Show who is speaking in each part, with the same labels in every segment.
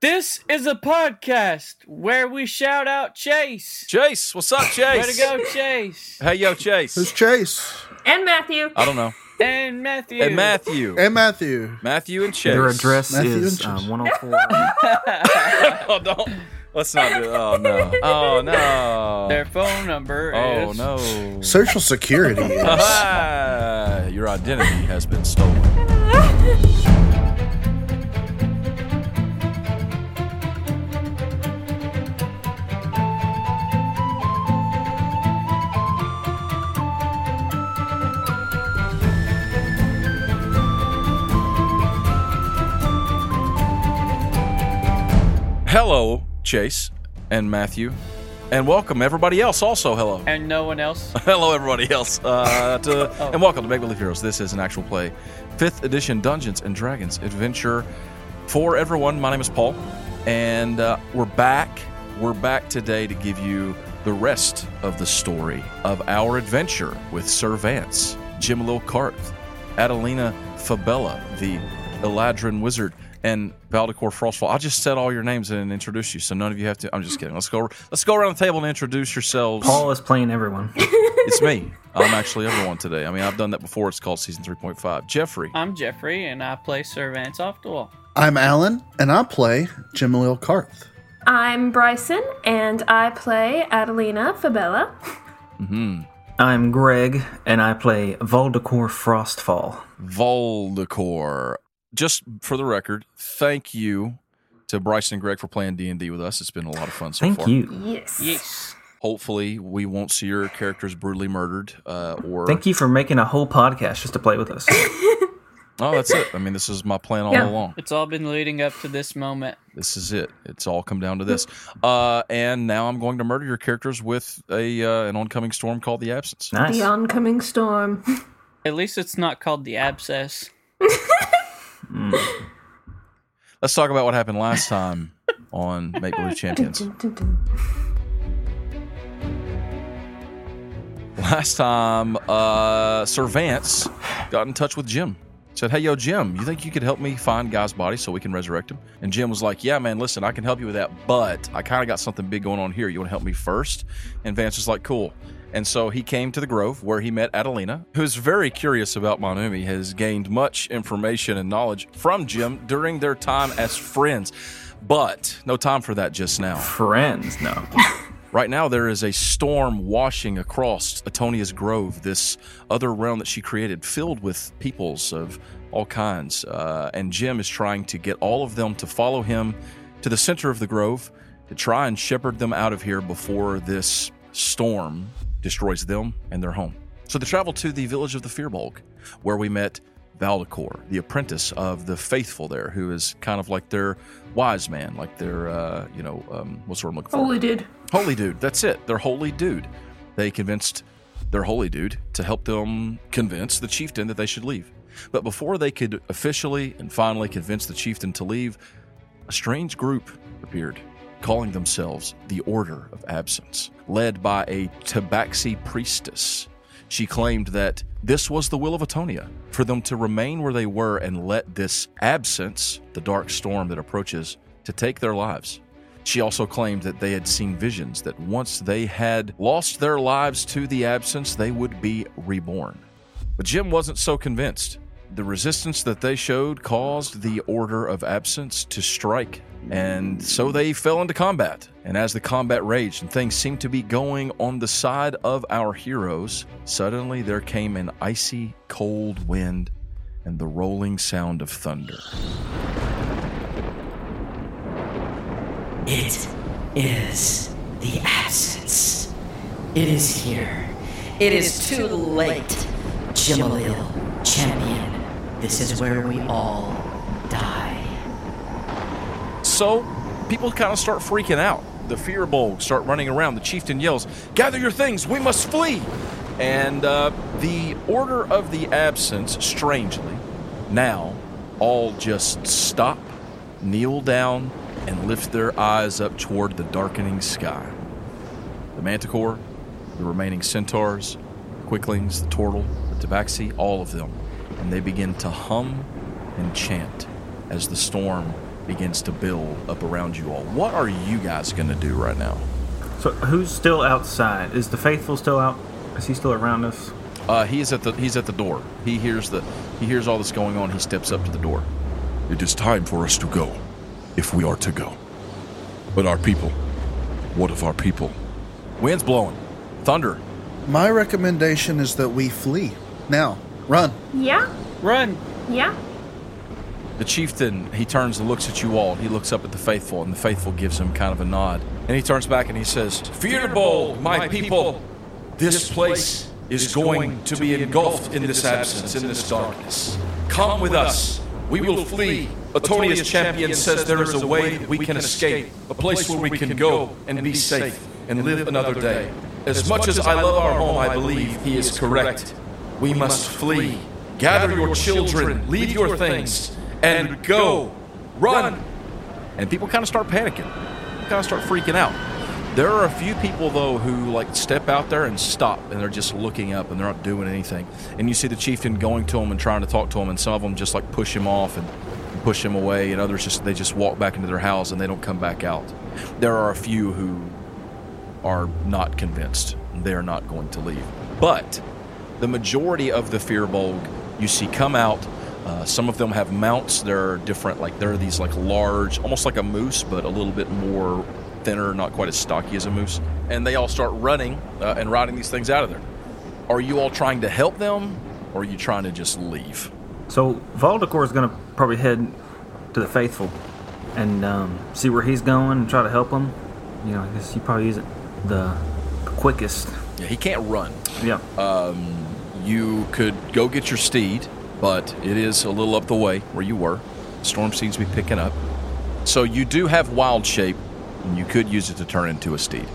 Speaker 1: This is a podcast where we shout out Chase.
Speaker 2: Chase, what's up, Chase?
Speaker 1: Way to go, Chase.
Speaker 2: Hey, yo, Chase.
Speaker 3: Who's Chase?
Speaker 4: And Matthew.
Speaker 2: I don't know.
Speaker 1: And Matthew.
Speaker 2: And Matthew.
Speaker 3: And Matthew.
Speaker 2: Matthew and Chase.
Speaker 5: Their address
Speaker 3: Matthew
Speaker 5: is
Speaker 3: Inches.
Speaker 5: um, 104.
Speaker 2: oh, don't. Let's not do. Oh no. Oh no.
Speaker 1: Their phone number
Speaker 2: oh
Speaker 1: is.
Speaker 2: no.
Speaker 3: Social Security. is-
Speaker 2: Ah, your identity has been stolen. Hello, Chase and Matthew, and welcome everybody else. Also, hello.
Speaker 1: And no one else.
Speaker 2: Hello, everybody else, uh, to, and welcome to Make Believe Heroes. This is an actual play, fifth edition Dungeons and Dragons adventure for everyone. My name is Paul, and uh, we're back. We're back today to give you the rest of the story of our adventure with Sir Vance, Jim Lil Carth, Adelina Fabella, the Eladrin Wizard, and Valdecor Frostfall. I just said all your names and introduced you, so none of you have to. I'm just kidding. Let's go. Let's go around the table and introduce yourselves
Speaker 5: Paul is playing everyone.
Speaker 2: it's me. I'm actually everyone today. I mean, I've done that before. It's called season 3.5. Jeffrey.
Speaker 1: I'm Jeffrey, and I play Sir Vance Oftwall.
Speaker 3: I'm Alan, and I play Jimalil Karth.
Speaker 4: I'm Bryson, and I play Adelina Fabella.
Speaker 5: I'm Greg, and I play Voldecor Frostfall.
Speaker 2: Voldecor. Just for the record, thank you to Bryson and Greg for playing D&D with us. It's been a lot of fun so
Speaker 5: Thank
Speaker 2: far.
Speaker 5: you.
Speaker 4: Yes.
Speaker 1: Yes.
Speaker 2: Hopefully, we won't see your characters brutally murdered uh, or...
Speaker 5: Thank you for making a whole podcast just to play with us.
Speaker 2: Oh, that's it. I mean, this is my plan all
Speaker 4: Yeah.
Speaker 2: along.
Speaker 1: It's all been leading up to this moment.
Speaker 2: This is it. It's all come down to this. Uh, and now I'm going to murder your characters with a uh, an oncoming storm called The Absence.
Speaker 5: Nice.
Speaker 4: The oncoming storm.
Speaker 1: At least it's not called the abscess.
Speaker 2: Let's talk about what happened last time on Make Believe Champions. Last time, uh, Sir Vance got in touch with Jim. Said, "Hey, yo, Jim, you think you could help me find Guy's body so we can resurrect him?" And Jim was like, "Yeah, man, listen, I can help you with that, but I kind of got something big going on here. You want to help me first? And Vance was like, "Cool." And so he came to the Grove where he met Adelina, who's very curious about Manumi, has gained much information and knowledge from Jim during their time as friends. But no time for that just now.
Speaker 5: Friends, no.
Speaker 2: Right now, there is a storm washing across Atonia's Grove, this other realm that she created, filled with peoples of all kinds. Uh, and Jim is trying to get all of them to follow him to the center of the grove to try and shepherd them out of here before this storm destroys them and their home. So they travel to the village of the Fearbulk, where we met Valdecor, the apprentice of the faithful there, who is kind of like their wise man, like their, uh, you know, um, what's the word I'm looking for?
Speaker 4: Holy dude.
Speaker 2: Holy dude, that's it. They're holy dude. They convinced their holy dude to help them convince the chieftain that they should leave. But before they could officially and finally convince the chieftain to leave, a strange group appeared, calling themselves the Order of Absence, led by a Tabaxi priestess. She claimed that this was the will of Atonia for them to remain where they were and let this absence, the dark storm that approaches, to take their lives. She also claimed that they had seen visions that once they had lost their lives to the absence, they would be reborn. But Jim wasn't so convinced. The resistance that they showed caused the Order of Absence to strike, and so they fell into combat. And as the combat raged and things seemed to be going on the side of our heroes, suddenly there came an icy, cold wind and the rolling sound of thunder.
Speaker 6: It is the absence. It is here. It is too late. Jimalil, champion. This is where we all die.
Speaker 2: So people kind of start freaking out. The fear bulgs start running around. The chieftain yells, Gather your things, we must flee! And uh, the order of the absence, strangely, now all just stop, kneel down, and lift their eyes up toward the darkening sky. The manticore, the remaining centaurs, quicklings, the turtle, the tabaxi, all of them. And they begin to hum and chant as the storm begins to build up around you all. What are you guys going to do right now?
Speaker 5: So who's still outside? Is the faithful still out? Is he still around us?
Speaker 2: Uh, he is at the he's at the door. He hears the he hears all that's going on. He steps up to the door. It is time for us to go, if we are to go. But our people, what of our people? Wind's blowing, thunder.
Speaker 3: My recommendation is that we flee. Now, run.
Speaker 4: Yeah,
Speaker 1: Run.
Speaker 4: yeah.
Speaker 2: The chieftain he turns and looks at you all. He looks up at the faithful, and the faithful gives him kind of a nod. And he turns back and he says, "Fearbold, my people, this place is going to be engulfed in this absence, in this darkness. Come with us. We will flee. Atonia's champion says there is a way that we can escape, a place where we can go and be safe and live another day. As much as I love our home, I believe he is correct. We must flee. Gather your children, leave your things, and go. Run! And people kind of start panicking, kind of start freaking out. There are a few people though who like step out there and stop, and they're just looking up and they're not doing anything. And you see the chieftain going to them and trying to talk to them, and some of them just like push him off and push him away, and others just they just walk back into their house and they don't come back out. There are a few who are not convinced; they are not going to leave. But the majority of the Fearbolg you see come out. Uh, some of them have mounts. They're different, like they're these like large, almost like a moose, but a little bit more thinner, not quite as stocky as a moose. And they all start running uh, and riding these things out of there. Are you all trying to help them, or are you trying to just leave?
Speaker 5: So Valdecor is going to probably head to the faithful and um, see where he's going and try to help him. You know, I guess he probably isn't the quickest.
Speaker 2: Yeah, he can't run.
Speaker 5: Yeah.
Speaker 2: You could go get your steed, but it is a little up the way where you were. Storm seems to be picking up. So you do have wild shape, and you could use it to turn into a steed.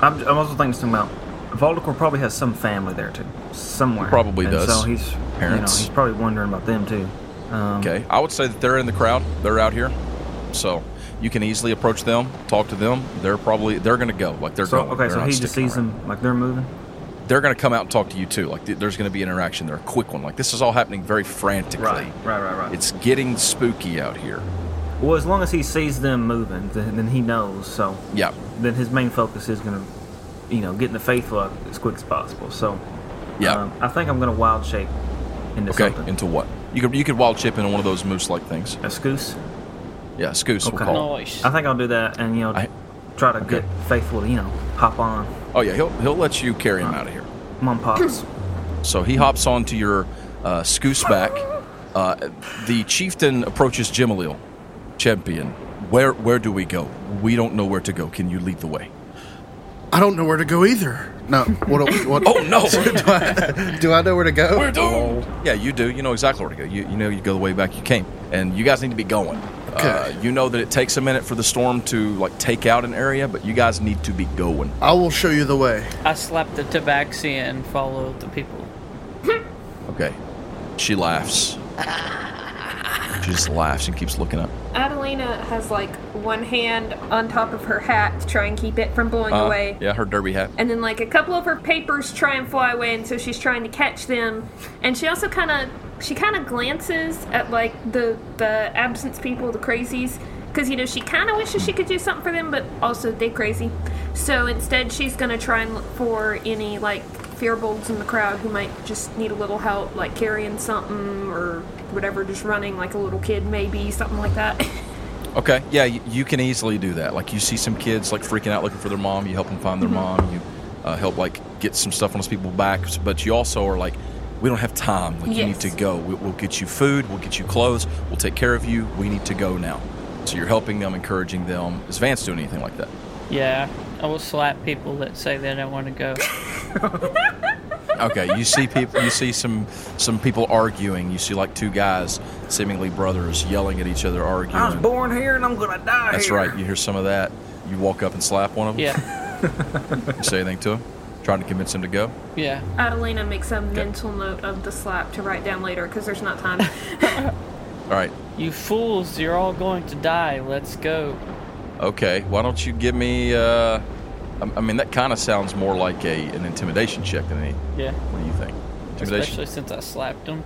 Speaker 5: I'm, I'm also thinking something about Valdecor probably has some family there too, somewhere.
Speaker 2: Probably
Speaker 5: and
Speaker 2: does.
Speaker 5: So he's
Speaker 2: Parents.
Speaker 5: You know, he's probably wondering about them too. Uh,
Speaker 2: Okay, I would say that they're in the crowd. They're out here, so you can easily approach them, talk to them. They're probably they're going to go like they're
Speaker 5: So
Speaker 2: going.
Speaker 5: okay,
Speaker 2: They're
Speaker 5: so
Speaker 2: not
Speaker 5: he just
Speaker 2: sticking
Speaker 5: sees
Speaker 2: around.
Speaker 5: them like they're moving.
Speaker 2: they're going to come out and talk to you too. Like th- there's going to be an interaction there, a quick one. Like this is all happening very frantically.
Speaker 5: right, right, right.
Speaker 2: It's getting spooky out here.
Speaker 5: Well, as long as he sees them moving, then, then he knows. So
Speaker 2: Yeah,
Speaker 5: then his main focus is gonna, you know, getting the faithful out as quick as possible. So
Speaker 2: yeah.
Speaker 5: um, I think I'm gonna wild shape into
Speaker 2: okay,
Speaker 5: something.
Speaker 2: into what? You could you could wild chip into one of those moose-like things.
Speaker 5: a scoose.
Speaker 2: Yeah, scoose
Speaker 5: Okay.
Speaker 2: we'll call. it.
Speaker 1: Nice.
Speaker 5: I think I'll do that, and you know,
Speaker 2: I-
Speaker 5: try to
Speaker 2: okay.
Speaker 5: get faithful to you know hop on.
Speaker 2: Oh yeah, he'll he'll let you carry him out of here.
Speaker 5: Come on, pops.
Speaker 2: So he hops onto your uh, scoose back. Uh, the chieftain approaches Jimalil, champion. Where where do we go? We don't know where to go. Can you lead the way?
Speaker 3: I don't know where to go either. No, what? do- what
Speaker 2: Oh no!
Speaker 3: do, I, do I know where to go?
Speaker 2: We're doomed. Yeah, you do. You know exactly where to go. You, you know you go the way back you came, and you guys need to be going.
Speaker 3: Okay.
Speaker 2: Uh, you know that it takes a minute for the storm to like take out an area, but you guys need to be going.
Speaker 3: I will show you the way.
Speaker 1: I slapped the tabaxi and followed the people.
Speaker 2: Okay. She laughs. She just laughs and keeps looking up.
Speaker 4: Adelina has like one hand on top of her hat to try and keep it from blowing
Speaker 2: Uh,
Speaker 4: away.
Speaker 2: Yeah, her derby hat.
Speaker 4: And then like a couple of her papers try and fly away and so she's trying to catch them. And she also kind of she kind of glances at like the the absence people, the crazies cuz you know she kind of wishes she could do something for them but also they crazy. So instead she's going to try and look for any like fearbolds in the crowd who might just need a little help like carrying something or whatever just running like a little kid maybe something like that.
Speaker 2: Okay. Yeah, you, you can easily do that. Like you see some kids like freaking out looking for their mom. You help them find their
Speaker 5: Mm-hmm.
Speaker 2: mom. You uh, help like get some stuff on those people back. But you also are like, we don't have time. Like you need to
Speaker 4: Yes.
Speaker 2: go. We, we'll get you food. We'll get you clothes. We'll take care of you. We need to go now. So you're helping them, encouraging them. Is Vance doing anything like that?
Speaker 1: Yeah, I will slap people that say they don't want to go.
Speaker 2: Okay. You see people. You see some some people arguing. You see like two guys, seemingly brothers, yelling at each other, arguing.
Speaker 5: I was born here and I'm gonna die.
Speaker 2: That's
Speaker 5: here.
Speaker 2: right. You hear some of that. You walk up and slap one of them.
Speaker 1: Yeah,
Speaker 2: You say anything to him, trying to convince him to go.
Speaker 1: yeah.
Speaker 4: Adelina makes a mental note of the slap to write down later cuz there's not time.
Speaker 2: All right.
Speaker 1: You fools, you're all going to die. Let's go.
Speaker 2: Okay, why don't you give me? Uh, I, I mean, that kind of sounds more like a an intimidation check than any.
Speaker 1: Yeah.
Speaker 2: What do you think? Intimidation.
Speaker 1: Especially since I slapped him.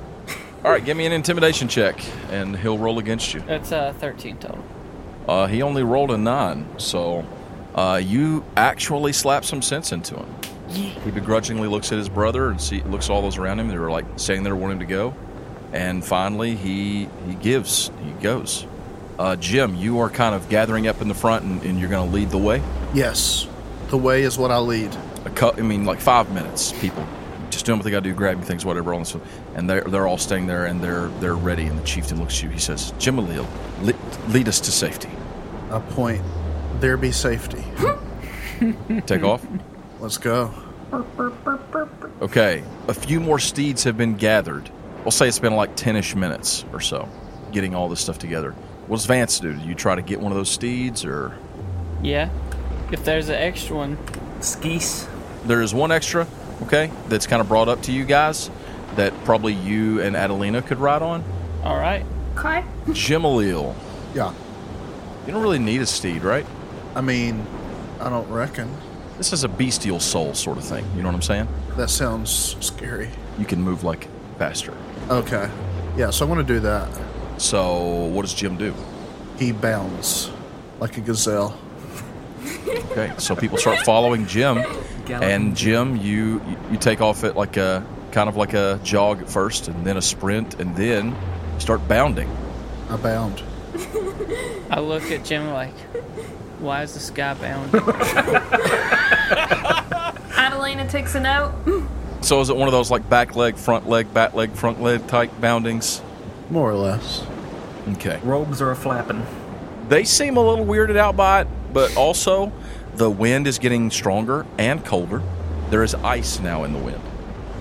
Speaker 2: All right, give me an intimidation check, and he'll roll against you.
Speaker 1: That's uh, 13 total.
Speaker 2: Uh, he only rolled a nine, so uh, you actually slap some sense into him. He begrudgingly looks at his brother and see, looks at all those around him. They were like saying they wanting him to go, and finally he he gives. He goes. Uh, Jim, you are kind of gathering up in the front, and, and you're going to lead the way.
Speaker 3: Yes, the way is what I lead.
Speaker 2: A cut. I mean, like five minutes. People just doing what they got to do, grabbing things, whatever. All this, stuff. and they're they're all staying there, and they're they're ready. And the chieftain looks at you. He says, "Jim Alil, lead, lead us to safety.
Speaker 3: A point. There be safety.
Speaker 2: Take off."
Speaker 3: Let's go.
Speaker 4: Burp, burp, burp, burp, burp.
Speaker 2: Okay, a few more steeds have been gathered. We'll say it's been like 10 ish minutes or so getting all this stuff together. What does Vance do? Do you try to get one of those steeds or.
Speaker 1: Yeah. If there's an extra one,
Speaker 5: Skis.
Speaker 2: There is one extra, okay, that's kind of brought up to you guys that probably you and Adelina could ride on.
Speaker 1: all right.
Speaker 4: Okay.
Speaker 2: Jimalil.
Speaker 3: Yeah.
Speaker 2: You don't really need a steed, right?
Speaker 3: I mean, I don't reckon.
Speaker 2: This is a bestial soul sort of thing. You know what I'm saying?
Speaker 3: That sounds scary.
Speaker 2: You can move like faster.
Speaker 3: Okay. Yeah, so I want to do that.
Speaker 2: So, what does Jim do?
Speaker 3: He bounds like a gazelle.
Speaker 2: Okay, so people start following Jim, and Jim, you you take off at like a kind of like a jog at first, and then a sprint, and then you start bounding.
Speaker 3: I bound.
Speaker 1: I look at Jim like, why is the sky bound?
Speaker 4: Adelina takes a note. Mm,
Speaker 2: So is it one of those like back leg, front leg, back leg, front leg type boundings?
Speaker 3: More or less.
Speaker 2: Okay,
Speaker 5: Robes are a flapping.
Speaker 2: they seem a little weirded out by it, but also the wind is getting stronger and colder. There is ice now in the wind,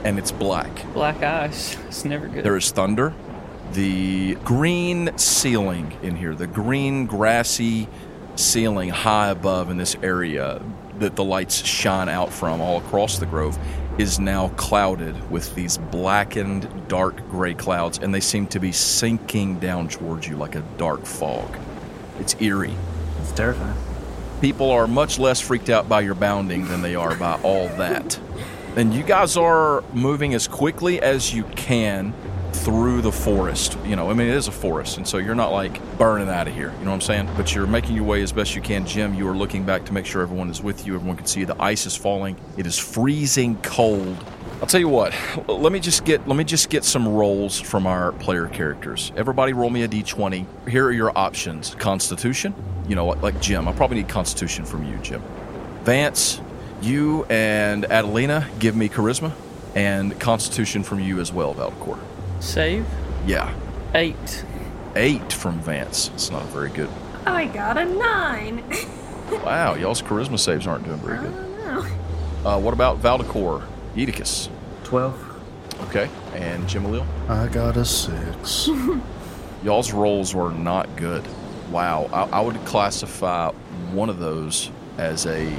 Speaker 2: and it's black.
Speaker 1: Black eyes. It's never good.
Speaker 2: There is thunder. The green ceiling in here, the green grassy ceiling high above in this area that the lights shine out from all across the grove is now clouded with these blackened dark gray clouds and they seem to be sinking down towards you like a dark fog. It's eerie.
Speaker 5: It's terrifying.
Speaker 2: People are much less freaked out by your bounding than they are by all that. And you guys are moving as quickly as you can through the forest. You know, I mean, it is a forest, and so you're not like burning out of here. You know what I'm saying? But you're making your way as best you can. Jim, you are looking back to make sure everyone is with you. Everyone can see you. The ice is falling. It is freezing cold. I'll tell you what. l- Let me just get let me just get some rolls from our player characters. Everybody, roll me a d20. Here are your options: Constitution. You know, like, like Jim. I probably need Constitution from you, Jim. Vance, you and Adelina give me charisma and constitution from you as well, Valdecor.
Speaker 1: Save.
Speaker 2: Yeah.
Speaker 1: Eight.
Speaker 2: Eight from Vance. It's not very good.
Speaker 4: I got a nine.
Speaker 2: Wow, y'all's charisma saves aren't doing very
Speaker 4: I
Speaker 2: good.
Speaker 4: don't know.
Speaker 2: Uh, what about Valdecor? Edicus.
Speaker 5: 12.
Speaker 2: Okay. And Jimalil?
Speaker 3: I got a six.
Speaker 2: Y'all's rolls were not good. Wow. I, I would classify one of those as a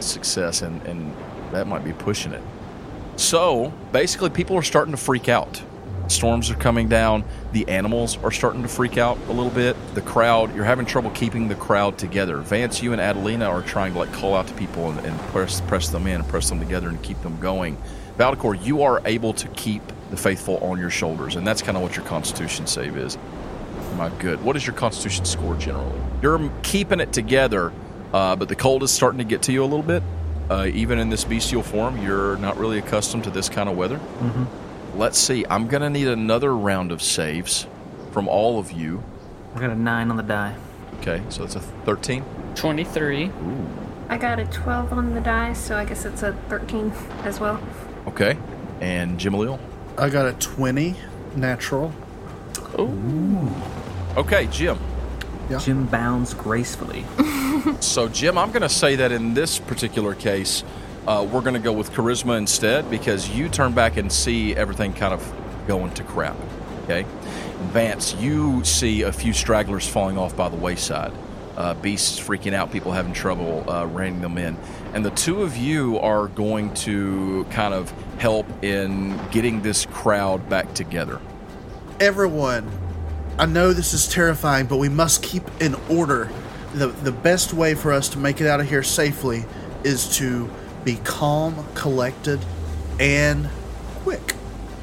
Speaker 2: success, and, and that might be pushing it. So basically, people are starting to freak out. Storms are coming down. The animals are starting to freak out a little bit. The crowd, you're having trouble keeping the crowd together. Vance, you and Adelina are trying to like call out to people and, and press press them in, press them together, and keep them going. Valdecor, you are able to keep the faithful on your shoulders, and that's kind of what your Constitution save is. My good. What is your Constitution score generally? You're keeping it together, uh, but the cold is starting to get to you a little bit. Uh, even in this bestial form, you're not really accustomed to this kind of weather. Let's see. I'm going to need another round of saves from all of you.
Speaker 5: I got a 9 on the die.
Speaker 2: Okay, so that's a 13.
Speaker 1: 23.
Speaker 4: I got a 12 on the die, so I guess it's a 13 as well.
Speaker 2: Okay. And Jimalil.
Speaker 3: I got a 20 natural.
Speaker 2: Okay, Jim.
Speaker 5: Jim bounds gracefully.
Speaker 2: So, Jim, I'm going to say that in this particular case, uh, we're going to go with charisma instead because you turn back and see everything kind of going to crap. Okay. Vance, you see a few stragglers falling off by the wayside, uh, beasts freaking out, people having trouble uh, reining them in. And the two of you are going to kind of help in getting this crowd back together.
Speaker 3: Everyone, I know this is terrifying, but we must keep in order. The, the best way for us to make it out of here safely is to be calm, collected, and quick.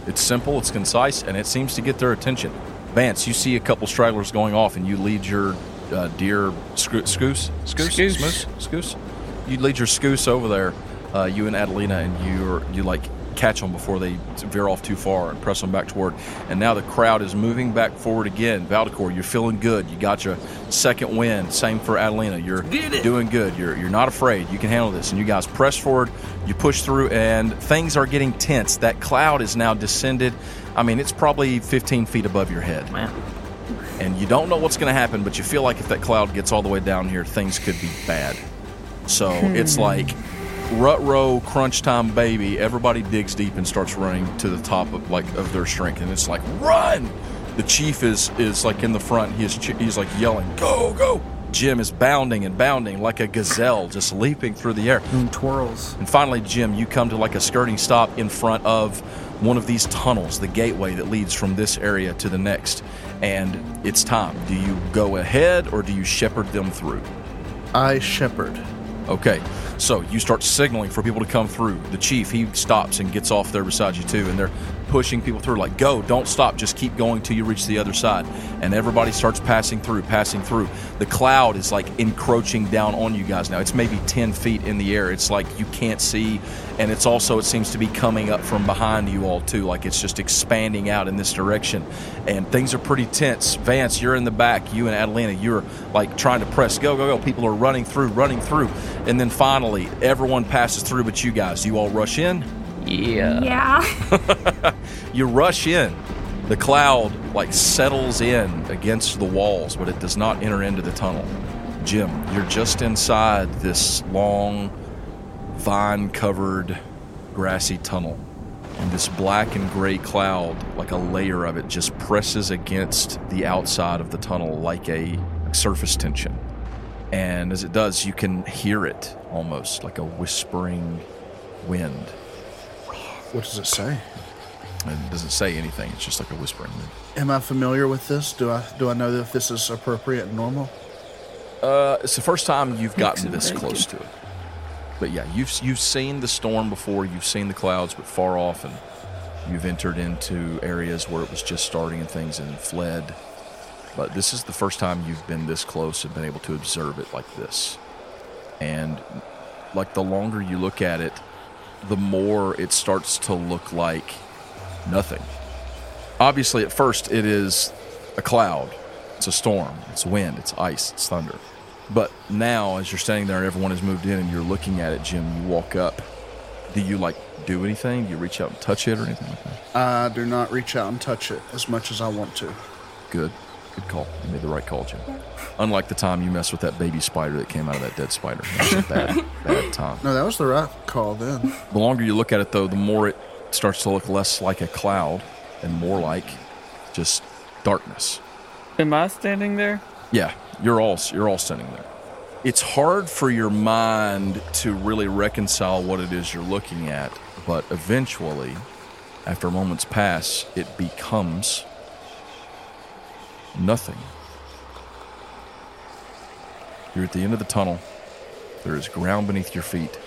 Speaker 2: It's simple, it's concise, and it seems to get their attention. Vance, you see a couple stragglers going off, and you lead your uh, deer scoo- scoose scoose
Speaker 1: Scoose.
Speaker 2: smoose? scoose. You lead your scoose over there. Uh, you and Adelina, and you are, you like catch them before they veer off too far and press them back toward. And now the crowd is moving back forward again. Valdecor, you're feeling good. You got your second win. Same for Adelina. You're doing good. You're you're not afraid. You can handle this. And you guys press forward. You push through, and things are getting tense. That cloud is now descended. I mean, it's probably 15 feet above your head
Speaker 5: Man,
Speaker 2: and you don't know what's going to happen, but you feel like if that cloud gets all the way down here, things could be bad. So it's like rut row, crunch time, baby. Everybody digs deep and starts running to the top of like of their strength, and it's like run. The chief is is like in the front. He is ch- he's like yelling, go go. Jim is bounding and bounding like a gazelle, just leaping through the air.
Speaker 5: doing twirls.
Speaker 2: And finally, Jim, you come to like a skirting stop in front of one of these tunnels, the gateway that leads from this area to the next. And it's time. Do you go ahead or do you shepherd them through?
Speaker 3: I shepherd.
Speaker 2: Okay, so you start signaling for people to come through. The chief, he stops and gets off there beside you, too, and they're pushing people through like, go, don't stop, just keep going till you reach the other side. And everybody starts passing through, passing through. The cloud is like encroaching down on you guys now. It's maybe 10 feet in the air. It's like you can't see, and it's also, it seems to be coming up from behind you all, too. Like it's just expanding out in this direction. And things are pretty tense. Vance, you're in the back. You and Adelina, you're like trying to press, go, go, go. People are running through, running through. And then finally, everyone passes through but you guys. You all rush in.
Speaker 1: Yeah.
Speaker 4: Yeah.
Speaker 2: You rush in. The cloud like settles in against the walls, but it does not enter into the tunnel. Jim, you're just inside this long, vine covered, grassy tunnel. And this black and gray cloud, like a layer of it, just presses against the outside of the tunnel like a surface tension. And as it does, you can hear it almost like a whispering wind.
Speaker 3: What does it say?
Speaker 2: It doesn't say anything. It's just like a whispering.
Speaker 3: Am I familiar with this? Do I do I know if this is appropriate and normal?
Speaker 2: Uh, it's the first time you've gotten this close to it. But yeah, you've you've seen the storm before. You've seen the clouds, but far off, and you've entered into areas where it was just starting and things and fled. But this is the first time you've been this close and been able to observe it like this. And like the longer you look at it, the more it starts to look like nothing. Obviously, at first, it is a cloud, it's a storm, it's wind, it's ice, it's thunder. But now, as you're standing there and everyone has moved in and you're looking at it, Jim, you walk up. Do you like do anything? Do you reach out and touch it or anything like that?
Speaker 3: I do not reach out and touch it as much as I want to.
Speaker 2: Good. Good call. You made the right call, Jim. Unlike the time you messed with that baby spider that came out of that dead spider. That was a bad, bad time.
Speaker 3: No, that was the right call then.
Speaker 2: The longer you look at it, though, the more it starts to look less like a cloud and more like just darkness.
Speaker 1: Am I standing there?
Speaker 2: Yeah, you're all you're all standing there. It's hard for your mind to really reconcile what it is you're looking at, but eventually, after moments pass, it becomes nothing. You're at the end of the tunnel. There is ground beneath your feet,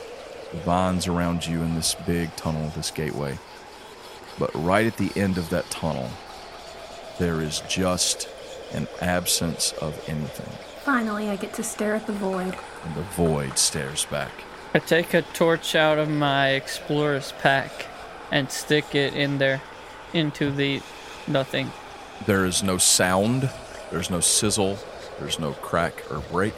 Speaker 2: vines around you in this big tunnel, this gateway. But right at the end of that tunnel, there is just an absence of anything.
Speaker 4: Finally, I get to stare at the void.
Speaker 2: And the void stares back.
Speaker 1: I take a torch out of my explorer's pack and stick it in there into the nothing.
Speaker 2: There is no sound, there's no sizzle, there's no crack or break.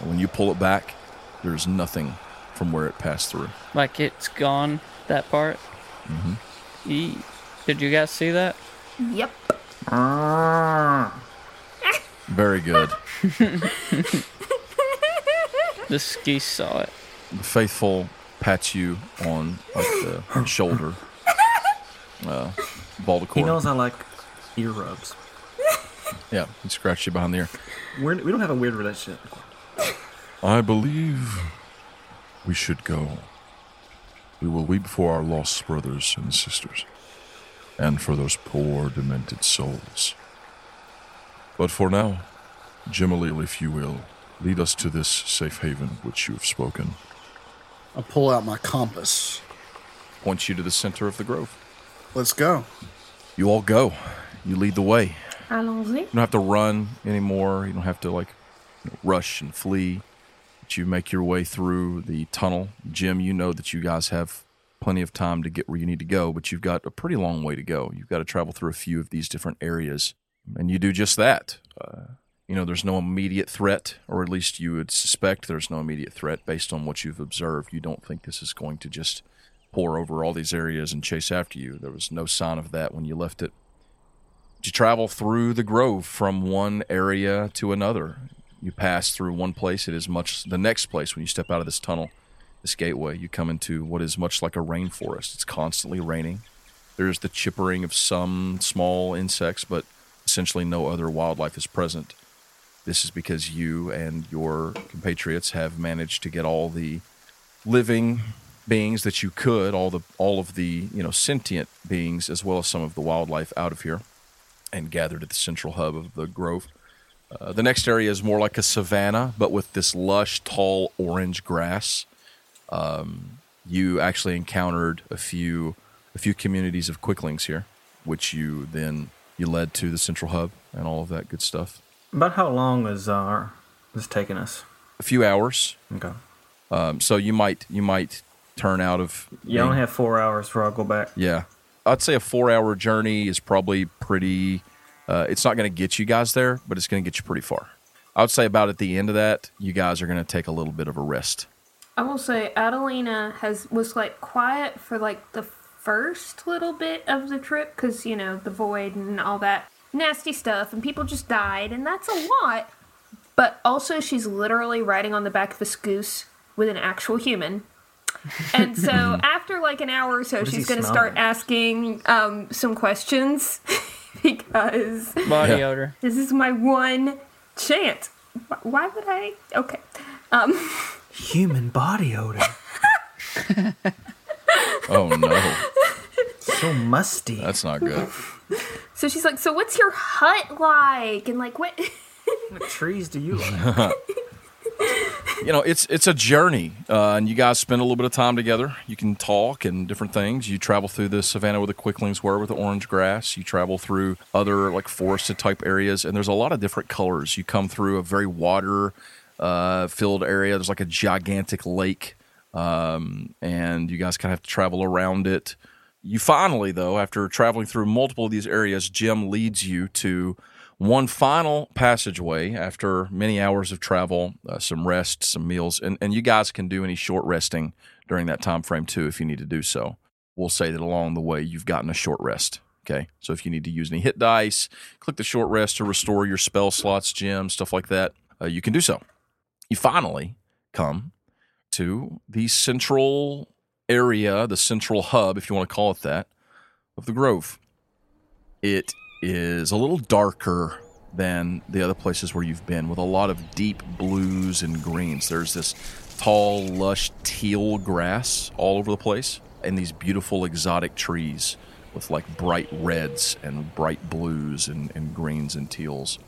Speaker 2: And when you pull it back, there's nothing from where it passed through.
Speaker 1: Like it's gone, that part. Mm-hmm. Did you guys see that?
Speaker 4: Yep.
Speaker 2: Very good.
Speaker 1: The skis saw it.
Speaker 2: the faithful pat you on like the shoulder. Uh, Baldacore.
Speaker 5: He knows I like ear rubs.
Speaker 2: yeah, he scratched you behind the ear.
Speaker 5: We're, we don't have a weird relationship.
Speaker 7: I believe we should go. We will weep for our lost brothers and sisters, and for those poor, demented souls. But for now, Jimalil, if you will, lead us to this safe haven which you have spoken.
Speaker 3: I pull out my compass.
Speaker 2: Points you to the center of the grove.
Speaker 3: Let's go.
Speaker 2: You all go. You lead the way.
Speaker 4: Allons-y.
Speaker 2: You don't have to run anymore. You don't have to like rush and flee. But you make your way through the tunnel. Jim, you know that you guys have plenty of time to get where you need to go, but you've got a pretty long way to go. You've got to travel through a few of these different areas, and you do just that. Uh, you know, there's no immediate threat, or at least you would suspect there's no immediate threat based on what you've observed. You don't think this is going to just pour over all these areas and chase after you. There was no sign of that when you left it you travel through the grove from one area to another. You pass through one place, it is much the next place when you step out of this tunnel, this gateway, you come into what is much like a rainforest. It's constantly raining. There's the chippering of some small insects, but essentially no other wildlife is present. This is because you and your compatriots have managed to get all the living beings that you could, all the all of the, you know, sentient beings as well as some of the wildlife out of here and gathered at the central hub of the grove. Uh, the next area is more like a savanna, but with this lush, tall orange grass. Um, you actually encountered a few a few communities of quicklings here, which you then you led to the central hub and all of that good stuff.
Speaker 5: About how long is our this taking us?
Speaker 2: A few hours,
Speaker 5: Okay.
Speaker 2: um, so you might you might turn out of
Speaker 5: Yeah, I only have four hours before I go back.
Speaker 2: Yeah. I'd say a four hour journey is probably pretty, uh, it's not going to get you guys there, but it's going to get you pretty far. I would say about at the end of that, you guys are going to take a little bit of a rest.
Speaker 4: I will say Adelina has was like quiet for like the first little bit of the trip because you know the void and all that nasty stuff and people just died and that's a lot. But also she's literally riding on the back of a goose with an actual human. And so after like an hour or so,
Speaker 5: does
Speaker 4: she's
Speaker 5: he
Speaker 4: going to
Speaker 5: smell
Speaker 4: start
Speaker 5: like?
Speaker 4: asking um, some questions because
Speaker 1: Body
Speaker 2: Yeah.
Speaker 1: odor.
Speaker 4: this is my one chance. Wh- Why would I? Okay. Um,
Speaker 5: Human body odor.
Speaker 2: Oh, no.
Speaker 5: so musty.
Speaker 2: That's not good.
Speaker 4: So she's like, "So what's your hut like?" And like, "What?"
Speaker 5: what trees do you like?
Speaker 2: you know, it's it's a journey, uh, and you guys spend a little bit of time together. You can talk and different things. You travel through the savannah where the quicklings were, with the orange grass. You travel through other like forested type areas, and there's a lot of different colors. You come through a very water uh, filled area. There's like a gigantic lake, um, and you guys kind of have to travel around it. You finally, though, after traveling through multiple of these areas, Jim leads you to one final passageway after many hours of travel, uh, some rest, some meals, and, and you guys can do any short resting during that time frame too if you need to do so. We'll say that along the way you've gotten a short rest. Okay, so if you need to use any hit dice, click the short rest to restore your spell slots, Jim, stuff like that. Uh, you can do so. You finally come to the central area, the central hub, if you want to call it that, of the grove. It is a little darker than the other places where you've been, with a lot of deep blues and greens. There's this tall, lush teal grass all over the place, and these beautiful exotic trees with like bright reds and bright blues and, and greens and teals.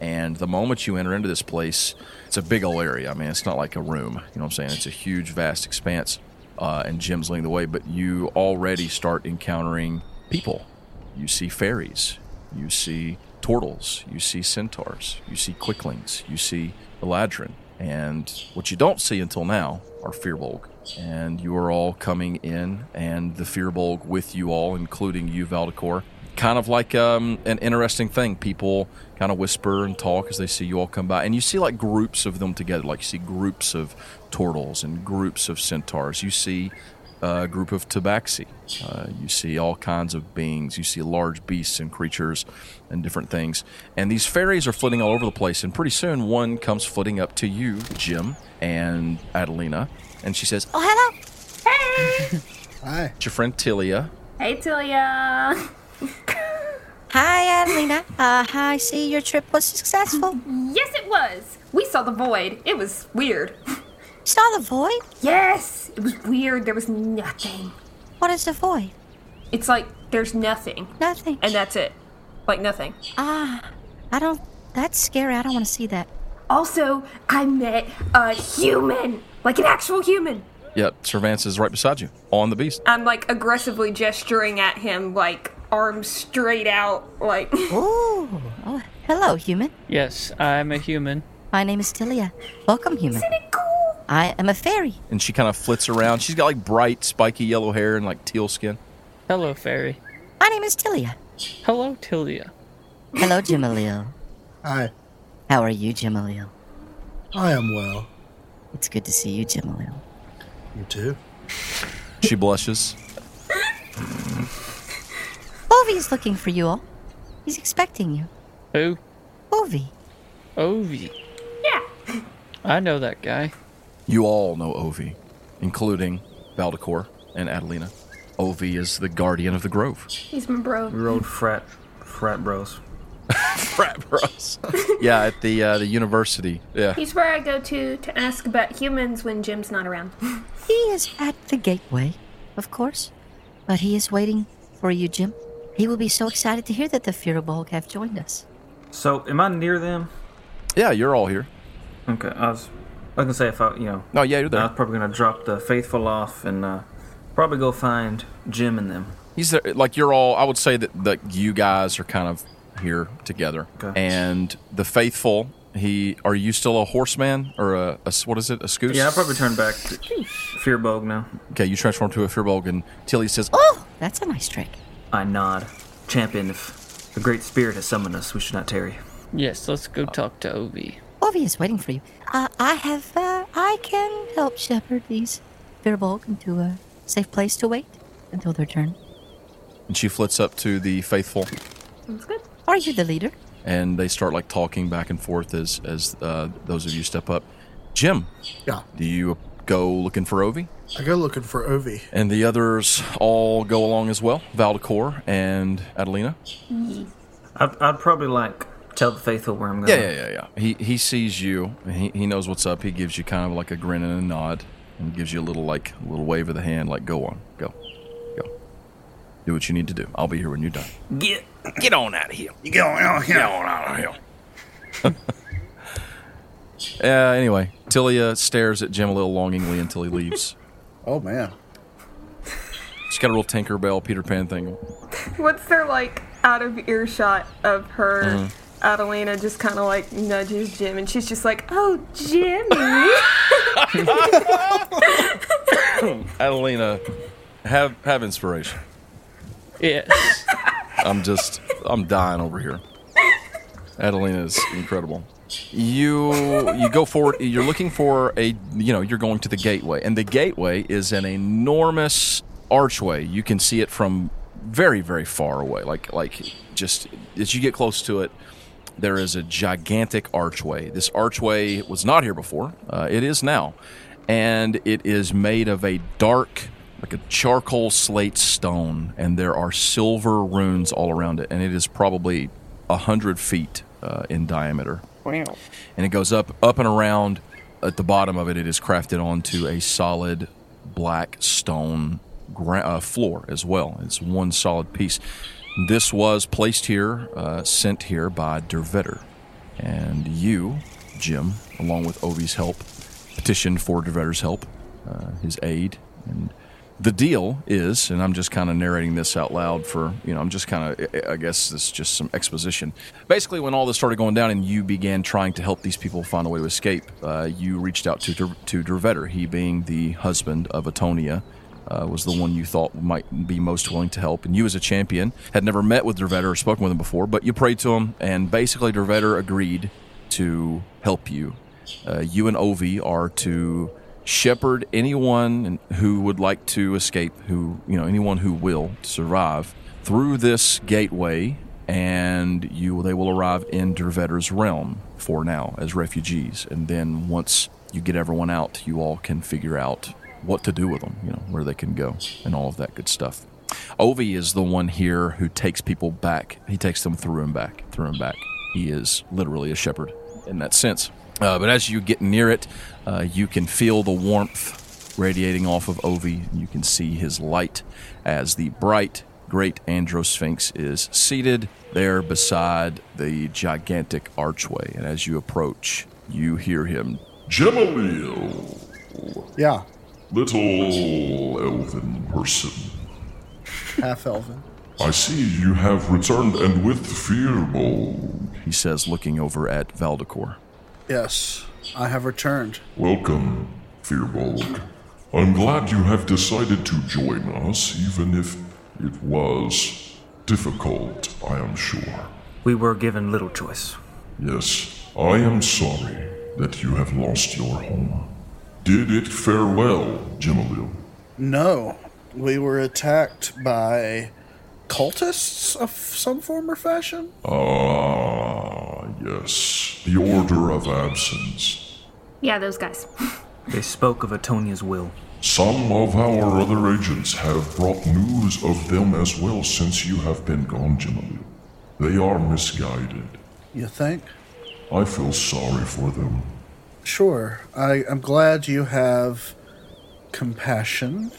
Speaker 2: And the moment you enter into this place, it's a big old area. I mean, it's not like a room. You know what I'm saying? It's a huge, vast expanse. Uh, and Jim's leading the way, but you already start encountering people. You see fairies. You see turtles. You see centaurs. You see quicklings. You see eladrin. And what you don't see until now are Fearbolg. And you are all coming in, and the Fearbolg with you all, including you, Valdecor, kind of like um, an interesting thing. People kind of whisper and talk as they see you all come by, and you see like groups of them together. Like you see groups of turtles and groups of centaurs. You see uh, a group of tabaxi. Uh, you see all kinds of beings. You see large beasts and creatures and different things. And these fairies are flitting all over the place. And pretty soon, one comes flitting up to you, Jim and Adelina, and she says, "Oh,
Speaker 4: hey,
Speaker 3: Hi.
Speaker 2: it's your friend Tilia."
Speaker 4: hey, Tilia.
Speaker 8: Hi, Adelina. Uh, I see your trip was successful.
Speaker 4: Yes, it was. We saw the void. It was weird.
Speaker 8: Saw the void?
Speaker 4: Yes, it was weird. There was nothing.
Speaker 8: What is the void?
Speaker 4: It's like there's nothing,
Speaker 8: Nothing.
Speaker 4: and that's it. Like nothing.
Speaker 8: ah, I don't. That's scary. I don't want to see that.
Speaker 4: Also, I met a human, like an actual human.
Speaker 2: Yep, Servance is right beside you on the beast.
Speaker 4: I'm like aggressively gesturing at him, like arms straight out, like.
Speaker 8: Ooh. Oh, hello, human.
Speaker 1: Yes, I'm a human.
Speaker 8: My name is Tilia. Welcome, human.
Speaker 4: Isn't it cool?
Speaker 8: I am a fairy.
Speaker 2: And she kind of flits around. She's got like bright, spiky yellow hair and like teal skin.
Speaker 1: Hello, fairy.
Speaker 8: My name is Tilia.
Speaker 1: Hello, Tilia.
Speaker 8: Hello, Jimalil.
Speaker 3: I
Speaker 8: How are you, Jimalil?
Speaker 3: I am well.
Speaker 8: It's good to see you, Jimalil.
Speaker 3: You too.
Speaker 2: She blushes.
Speaker 8: Ovi is looking for you all. He's expecting you.
Speaker 1: Who?
Speaker 8: Ovi.
Speaker 1: Ovi.
Speaker 4: Yeah.
Speaker 1: I know that guy.
Speaker 2: You all know Ovi, including Valdecor and Adelina. Ovi is the guardian of the grove.
Speaker 4: He's my bro.
Speaker 5: We're old frat, frat bros.
Speaker 2: Frat bros. yeah, at the uh, the university. Yeah.
Speaker 4: He's where I go to to ask about humans when Jim's not around.
Speaker 8: He is at the gateway, of course, but he is waiting for you, Jim. He will be so excited to hear that the Firbolg have joined us.
Speaker 5: So, am I near them?
Speaker 2: Yeah, you're all here.
Speaker 5: Okay, I was, I was gonna say if I, you know,
Speaker 2: No, yeah, you're
Speaker 5: I
Speaker 2: there.
Speaker 5: was probably gonna drop the faithful off and uh, probably go find Jim and them.
Speaker 2: He's there. Like you're all. I would say that that you guys are kind of here together.
Speaker 5: Okay.
Speaker 2: And the faithful. He. Are you still a horseman or a, a s- what is it? A scoose?
Speaker 5: Yeah, I probably turn back to Fearbog now.
Speaker 2: Okay, you transform to a firbolg, and Tilly says,
Speaker 8: Oh, that's a nice trick.
Speaker 5: I nod. Champion, if the Great Spirit has summoned us, we should not tarry.
Speaker 1: Yes, let's go talk to Ovi.
Speaker 8: Ovi is waiting for you. Uh, I have, uh, I can help shepherd these Firbolg into a safe place to wait until their turn.
Speaker 2: and she flits up to the faithful,
Speaker 4: Sounds good.
Speaker 8: Are you the leader?
Speaker 2: and they start like talking back and forth as as uh, those of you step up. Jim,
Speaker 3: Yeah.
Speaker 2: do you go looking for Ovi?
Speaker 3: I go looking for Ovi.
Speaker 2: And the others all go along as well. Valdecor and Adelina.
Speaker 5: I'd, I'd probably like tell the faithful where I'm going.
Speaker 2: Yeah, yeah, yeah, yeah. He he sees you. and He he knows what's up. He gives you kind of like a grin and a nod, and gives you a little like a little wave of the hand, like go on, go, go, do what you need to do. I'll be here when you're done.
Speaker 5: Get
Speaker 2: Get on out of here.
Speaker 3: You go out here.
Speaker 2: Uh, anyway, Tilia stares at Jim a little longingly until he leaves.
Speaker 3: Oh man.
Speaker 2: She's got a real Tinkerbell Peter Pan thing.
Speaker 9: What's their like out of earshot of her?
Speaker 4: Mm-hmm.
Speaker 9: Adelina just kind of like nudges Jim, and she's just like, "Oh, Jimmy."
Speaker 2: Adelina, have have inspiration.
Speaker 1: Yes.
Speaker 2: I'm just, I'm dying over here. Adelina is incredible. You you go forward. You're looking for a, you know, you're going to the gateway, and the gateway is an enormous archway. You can see it from very very far away. Like like just as you get close to it, there is a gigantic archway. This archway was not here before. Uh, it is now, and it is made of a dark, like a charcoal slate stone, and there are silver runes all around it, and it is probably a hundred feet uh, in diameter
Speaker 1: wow.
Speaker 2: and it goes up up and around at the bottom of it it is crafted onto a solid black stone gra- uh, floor as well it's one solid piece this was placed here uh, sent here by dervetter and you jim along with ovi's help petitioned for dervetter's help uh, his aid and the deal is, and I'm just kind of narrating this out loud for, you know, I'm just kind of, I I guess this is just some exposition. Basically, when all this started going down and you began trying to help these people find a way to escape, uh, you reached out to, Dur- to Durvetter, he being the husband of Atonia. Uh, was the one you thought might be most willing to help. And you, as a champion, had never met with Dervetter or spoken with him before, but you prayed to him, and basically, Dervetter agreed to help you. Uh, you and Ovi are to shepherd anyone who would like to escape, who, you know, anyone who will survive through this gateway, and you they will arrive in Dervetter's realm for now as refugees. And then once you get everyone out, you all can figure out what to do with them, you know, where they can go and all of that good stuff. Ovi is the one here who takes people back. He takes them through and back, through and back. He is literally a shepherd in that sense. Uh, but as you get near it, uh, you can feel the warmth radiating off of Ovi. You can see his light as the bright, great Androsphinx is seated there beside the gigantic archway. And as you approach, you hear him.
Speaker 7: Gemalil,
Speaker 3: Yeah.
Speaker 7: little elven person.
Speaker 3: Half elven.
Speaker 7: I see you have returned and with Fearbold.
Speaker 2: He says, looking over at Valdecor.
Speaker 3: Yes, I have returned.
Speaker 7: Welcome, Fearbold. I'm glad you have decided to join us, even if it was difficult, I am sure.
Speaker 5: We were given little choice.
Speaker 7: Yes, I am sorry that you have lost your home. Did it fare well, Gemalil?
Speaker 3: No, we were attacked by cultists of some form or fashion.
Speaker 7: Ah, yes, the Order of Absence.
Speaker 4: Yeah, those guys.
Speaker 5: They spoke of Atonia's will.
Speaker 7: Some of our other agents have brought news of them as well since you have been gone, Gemalil. They are misguided.
Speaker 3: You think?
Speaker 7: I feel sorry for them.
Speaker 3: Sure. I, I'm glad you have compassion.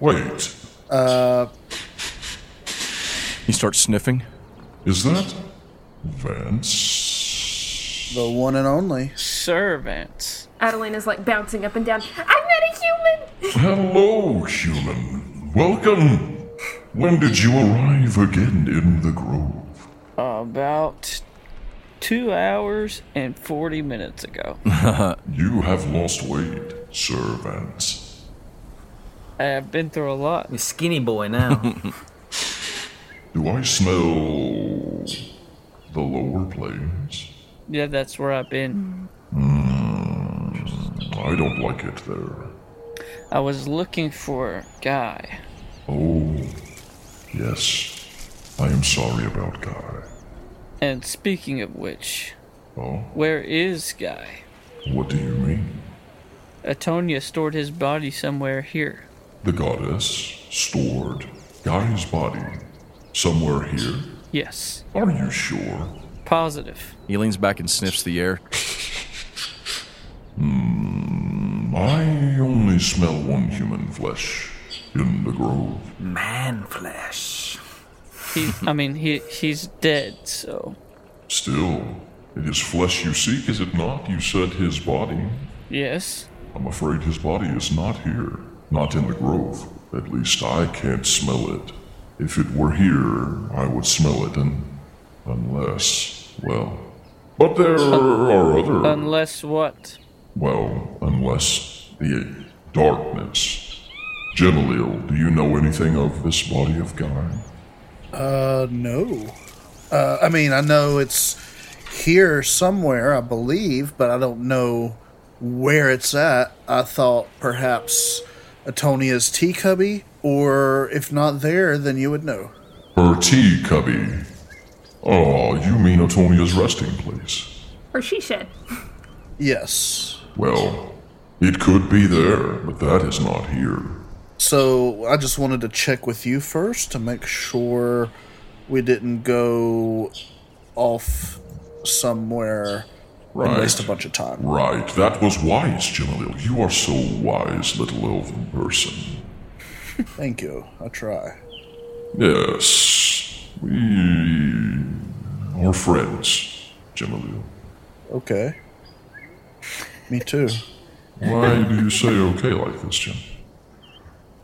Speaker 7: Wait,
Speaker 2: He starts sniffing.
Speaker 7: is that Vance?
Speaker 3: The one and only.
Speaker 1: Servants.
Speaker 4: Adelina's like bouncing up and down. I'm not a human!
Speaker 7: Hello, human. Welcome. When did you arrive again in the grove?
Speaker 1: About two hours and 40 minutes ago.
Speaker 7: You have lost weight, Sir Vance.
Speaker 1: I've been through a lot.
Speaker 5: You skinny boy now.
Speaker 7: Do I smell the lower plains?
Speaker 1: Yeah, that's where I've been.
Speaker 7: I don't like it there.
Speaker 1: I was looking for a guy.
Speaker 7: Oh, yes. I am sorry about Guy.
Speaker 1: And speaking of which,
Speaker 7: Oh,
Speaker 1: where is Guy?
Speaker 7: what do you mean?
Speaker 1: Atonia stored his body somewhere here.
Speaker 7: The goddess stored Guy's body somewhere here.
Speaker 1: Yes,
Speaker 7: Are you sure?
Speaker 1: positive.
Speaker 2: He leans back and sniffs the air.
Speaker 7: I only smell one human flesh in the grove.
Speaker 5: Man flesh.
Speaker 1: He, I mean, he he's dead. So
Speaker 7: Still, it is flesh you seek, is it not? You said his body.
Speaker 1: yes,
Speaker 7: I'm afraid his body is not here. Not in the grove. At least I can't smell it. If it were here, I would smell it, and unless, well. But there are other.
Speaker 1: unless what?
Speaker 7: Well, unless the darkness. Genalil, do you know anything of this body of Guy?
Speaker 3: Uh, no. Uh, I mean, I know it's here somewhere, I believe, but I don't know where it's at. I thought perhaps Atonia's tea cubby, or if not there, then you would know.
Speaker 7: Her tea cubby. Oh, you mean Atonia's resting place?
Speaker 4: Or she shed.
Speaker 3: Yes.
Speaker 7: Well, it could be there, but that is not here.
Speaker 3: So I just wanted to check with you first to make sure we didn't go off somewhere and
Speaker 7: Right.
Speaker 3: waste a bunch of time.
Speaker 7: Right, that was wise, Jimalil. You are so wise, little elven person.
Speaker 3: Thank you. I try.
Speaker 7: Yes, we are friends, Jimalil.
Speaker 3: Okay. Me too.
Speaker 7: Why do you say okay like this, Jim?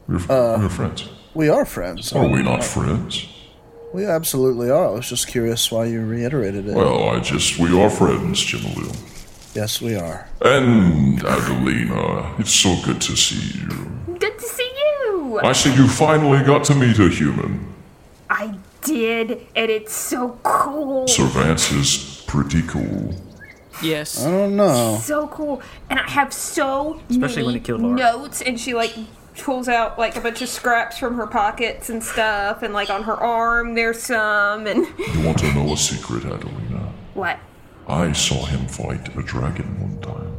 Speaker 7: We're, we're friends.
Speaker 3: We are friends.
Speaker 7: Are we not friends?
Speaker 3: We absolutely are. I was just curious why you reiterated it.
Speaker 7: Well, I just, we are friends, Jimalil.
Speaker 3: yes, we are.
Speaker 7: And Adelina, it's so good to see you.
Speaker 4: Good to see you!
Speaker 7: I see you finally got to meet a human.
Speaker 4: I did, and it's so cool.
Speaker 7: Sir Vance is pretty cool.
Speaker 1: Yes,
Speaker 3: I don't know.
Speaker 4: so cool. And I have so
Speaker 5: Especially
Speaker 4: many
Speaker 5: when it killed Laura.
Speaker 4: notes, and she like pulls out like a bunch of scraps from her pockets and stuff, and like on her arm there's some, and
Speaker 7: You want to know a secret, Adelina?
Speaker 4: what?
Speaker 7: I saw him fight a dragon one time.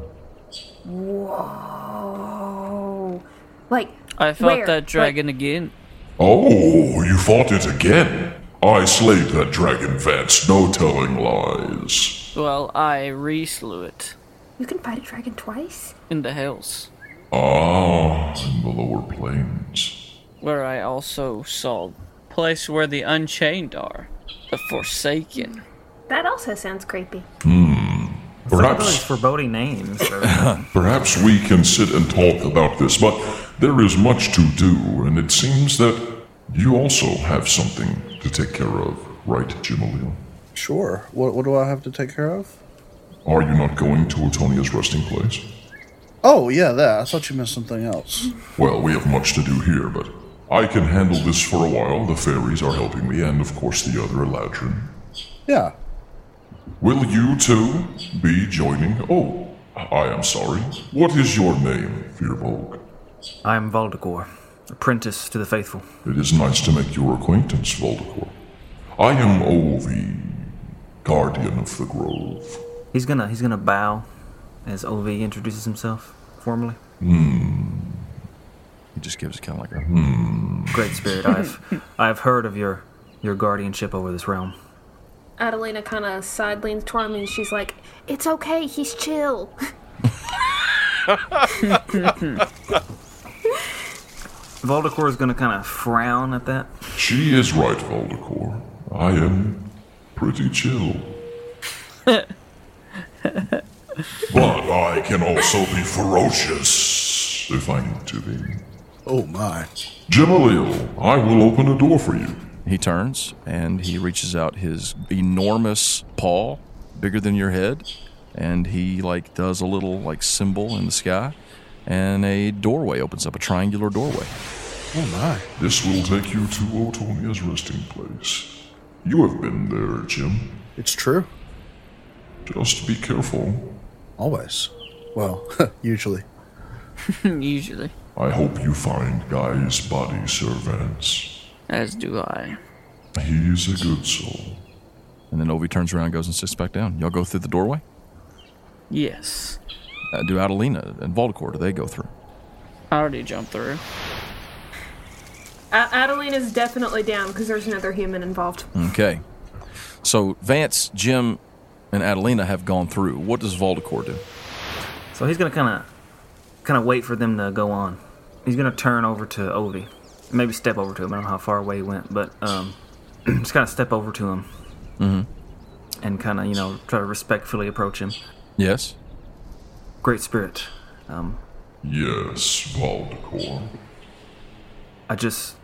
Speaker 4: Whoa! Like
Speaker 1: I fought
Speaker 4: where?
Speaker 1: that
Speaker 4: Like,
Speaker 1: dragon again.
Speaker 7: Oh, you fought it again? I slayed that dragon, Vance. No telling lies.
Speaker 1: Well, I re-slew it
Speaker 4: you can fight a dragon twice.
Speaker 1: in the hills,
Speaker 7: Ah, in the lower plains.
Speaker 1: where I also saw place where the Unchained are, the Forsaken.
Speaker 4: That also sounds creepy.
Speaker 5: Some of those
Speaker 7: Perhaps,
Speaker 5: foreboding names. are-
Speaker 7: perhaps we can sit and talk about this, but there is much to do, and it seems that you also have something to take care of, right, Jimalil?
Speaker 3: Sure. What, what do I have to take care of?
Speaker 7: Are you not going to Otonia's resting place?
Speaker 3: Oh, yeah, that. I thought you meant something else.
Speaker 7: Well, we have much to do here, but I can handle this for a while. The fairies are helping me, and of course the other Eladrin.
Speaker 3: Yeah.
Speaker 7: Will you two be joining? Oh, I am sorry. What is your name, Firbolg?
Speaker 5: I am Valdecor, apprentice to the faithful.
Speaker 7: It is nice to make your acquaintance, Voldemort. I am Ovi, guardian of the grove.
Speaker 5: He's gonna he's gonna bow as Olvi introduces himself formally.
Speaker 2: He just gives kind of like a. hmm.
Speaker 5: Great spirit, I've I've heard of your your guardianship over this realm.
Speaker 4: Adelina kind of side leans toward me and she's like, It's okay, he's chill.
Speaker 5: Valdecor is gonna kind of frown at that.
Speaker 7: She is right, Voldemort. I am pretty chill. but I can also be ferocious if I need to be.
Speaker 3: Oh, my.
Speaker 7: Gemalil, I will open a door for you.
Speaker 2: He turns and he reaches out his enormous paw, bigger than your head, and he like does a little like symbol in the sky, and a doorway opens up, a triangular doorway.
Speaker 3: Oh, my.
Speaker 7: This will take you to Otonia's resting place. You have been there, Jim.
Speaker 3: It's true.
Speaker 7: Just be careful.
Speaker 3: Always. Well, usually.
Speaker 1: Usually,
Speaker 7: I hope you find Guy's body servants.
Speaker 1: as do I.
Speaker 7: He's a good soul.
Speaker 2: And then Ovi turns around, and goes and sits back down. Y'all go through the doorway.
Speaker 1: Yes,
Speaker 2: Uh, do Adelina and Voldemort? Do they go through?
Speaker 1: I already jumped through.
Speaker 9: A- Adelina's definitely down because there's another human involved.
Speaker 2: Okay. So Vance, Jim, and Adelina have gone through. What does Voldemort do?
Speaker 5: So he's gonna kind of kind of wait for them to go on. He's gonna turn over to Ovi, maybe step over to him. I don't know how far away he went, but um, just kind of step over to him and kind of you know try to respectfully approach him.
Speaker 2: Yes.
Speaker 5: Great spirit, um,
Speaker 7: Yes, Valdecor.
Speaker 5: I just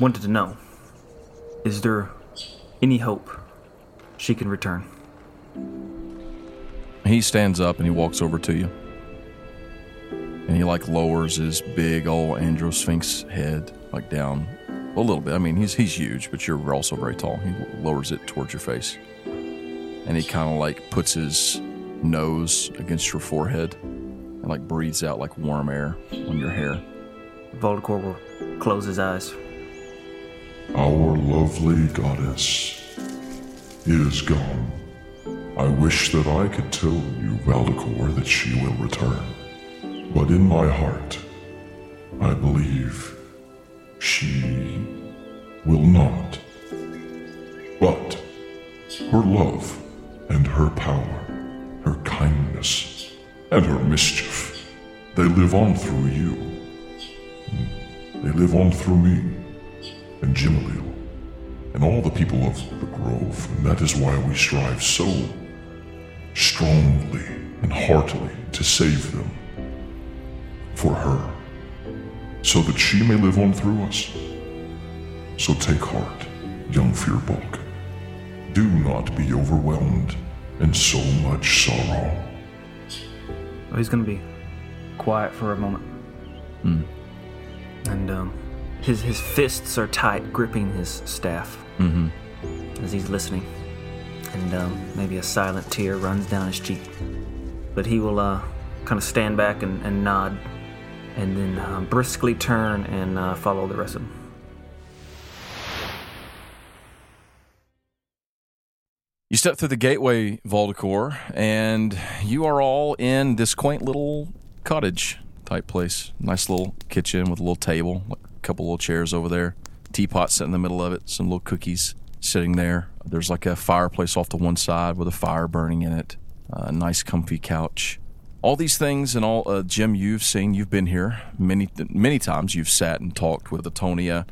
Speaker 5: wanted to know: is there any hope she can return?
Speaker 2: He stands up and he walks over to you. And he like lowers his big old Androsphinx head like down a little bit. I mean, he's he's huge, but you're also very tall. He lowers it towards your face. And he kind of like puts his nose against your forehead and like breathes out like warm air on your hair.
Speaker 5: Voldemort will close his eyes.
Speaker 7: Our lovely goddess is gone. I wish that I could tell you, Valdecor, that she will return. But in my heart, I believe she will not. But her love and her power, her kindness and her mischief, they live on through you. They live on through me and Jimalil, and all the people of the Grove, and that is why we strive so strongly and heartily to save them for her, so that she may live on through us. So take heart, young Fearbulk. Do not be overwhelmed in so much sorrow.
Speaker 5: Oh, he's gonna be quiet for a moment. Hmm. And um, his his fists are tight, gripping his staff as he's listening. And um, maybe a silent tear runs down his cheek. But he will uh, kind of stand back and, and nod, and then uh, briskly turn and uh, follow the rest of them.
Speaker 2: You step through the gateway, Voldecor, and you are all in this quaint little cottage type place. Nice little kitchen with a little table, like a couple little chairs over there, teapot sitting in the middle of it, some little cookies sitting there. There's like a fireplace off to one side with a fire burning in it, a nice comfy couch. All these things and all, uh, Jim, you've seen, you've been here many, many times. You've sat and talked with Atonia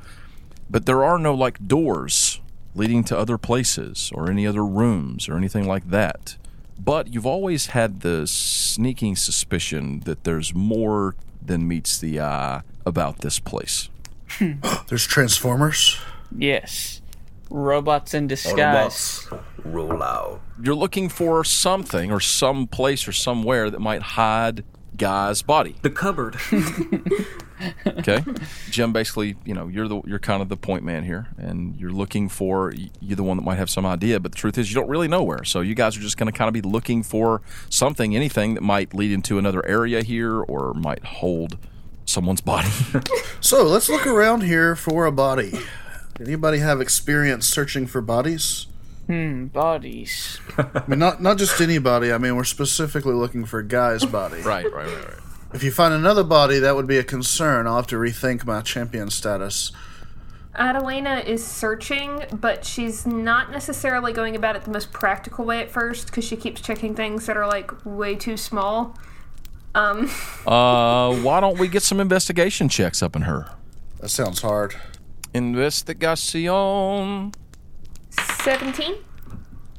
Speaker 2: but there are no like doors leading to other places or any other rooms or anything like that. But you've always had the sneaking suspicion that there's more than meets the eye about this place.
Speaker 3: There's Transformers.
Speaker 1: Yes, robots in disguise.
Speaker 10: Autobots.
Speaker 5: roll out.
Speaker 2: You're looking for something or some place or somewhere that might hide Guy's body.
Speaker 5: The cupboard.
Speaker 2: Okay, Jim. Basically, you know, you're the you're kind of the point man here, and you're looking for you're the one that might have some idea. But the truth is, you don't really know where. So you guys are just going to kind of be looking for something, anything that might lead into another area here, or might hold someone's body.
Speaker 3: So let's look around here for a body. Anybody have experience searching for bodies?
Speaker 1: Bodies.
Speaker 3: I mean, not not just any body. I mean, we're specifically looking for a guy's body.
Speaker 2: right, right, right, right.
Speaker 3: If you find another body, that would be a concern. I'll have to rethink my champion status.
Speaker 4: Adelena is searching, but she's not necessarily going about it the most practical way at first because she keeps checking things that are like way too small. Um,
Speaker 2: Uh, why don't we get some investigation checks up in her?
Speaker 3: That sounds hard.
Speaker 2: Investigacion.
Speaker 4: 17.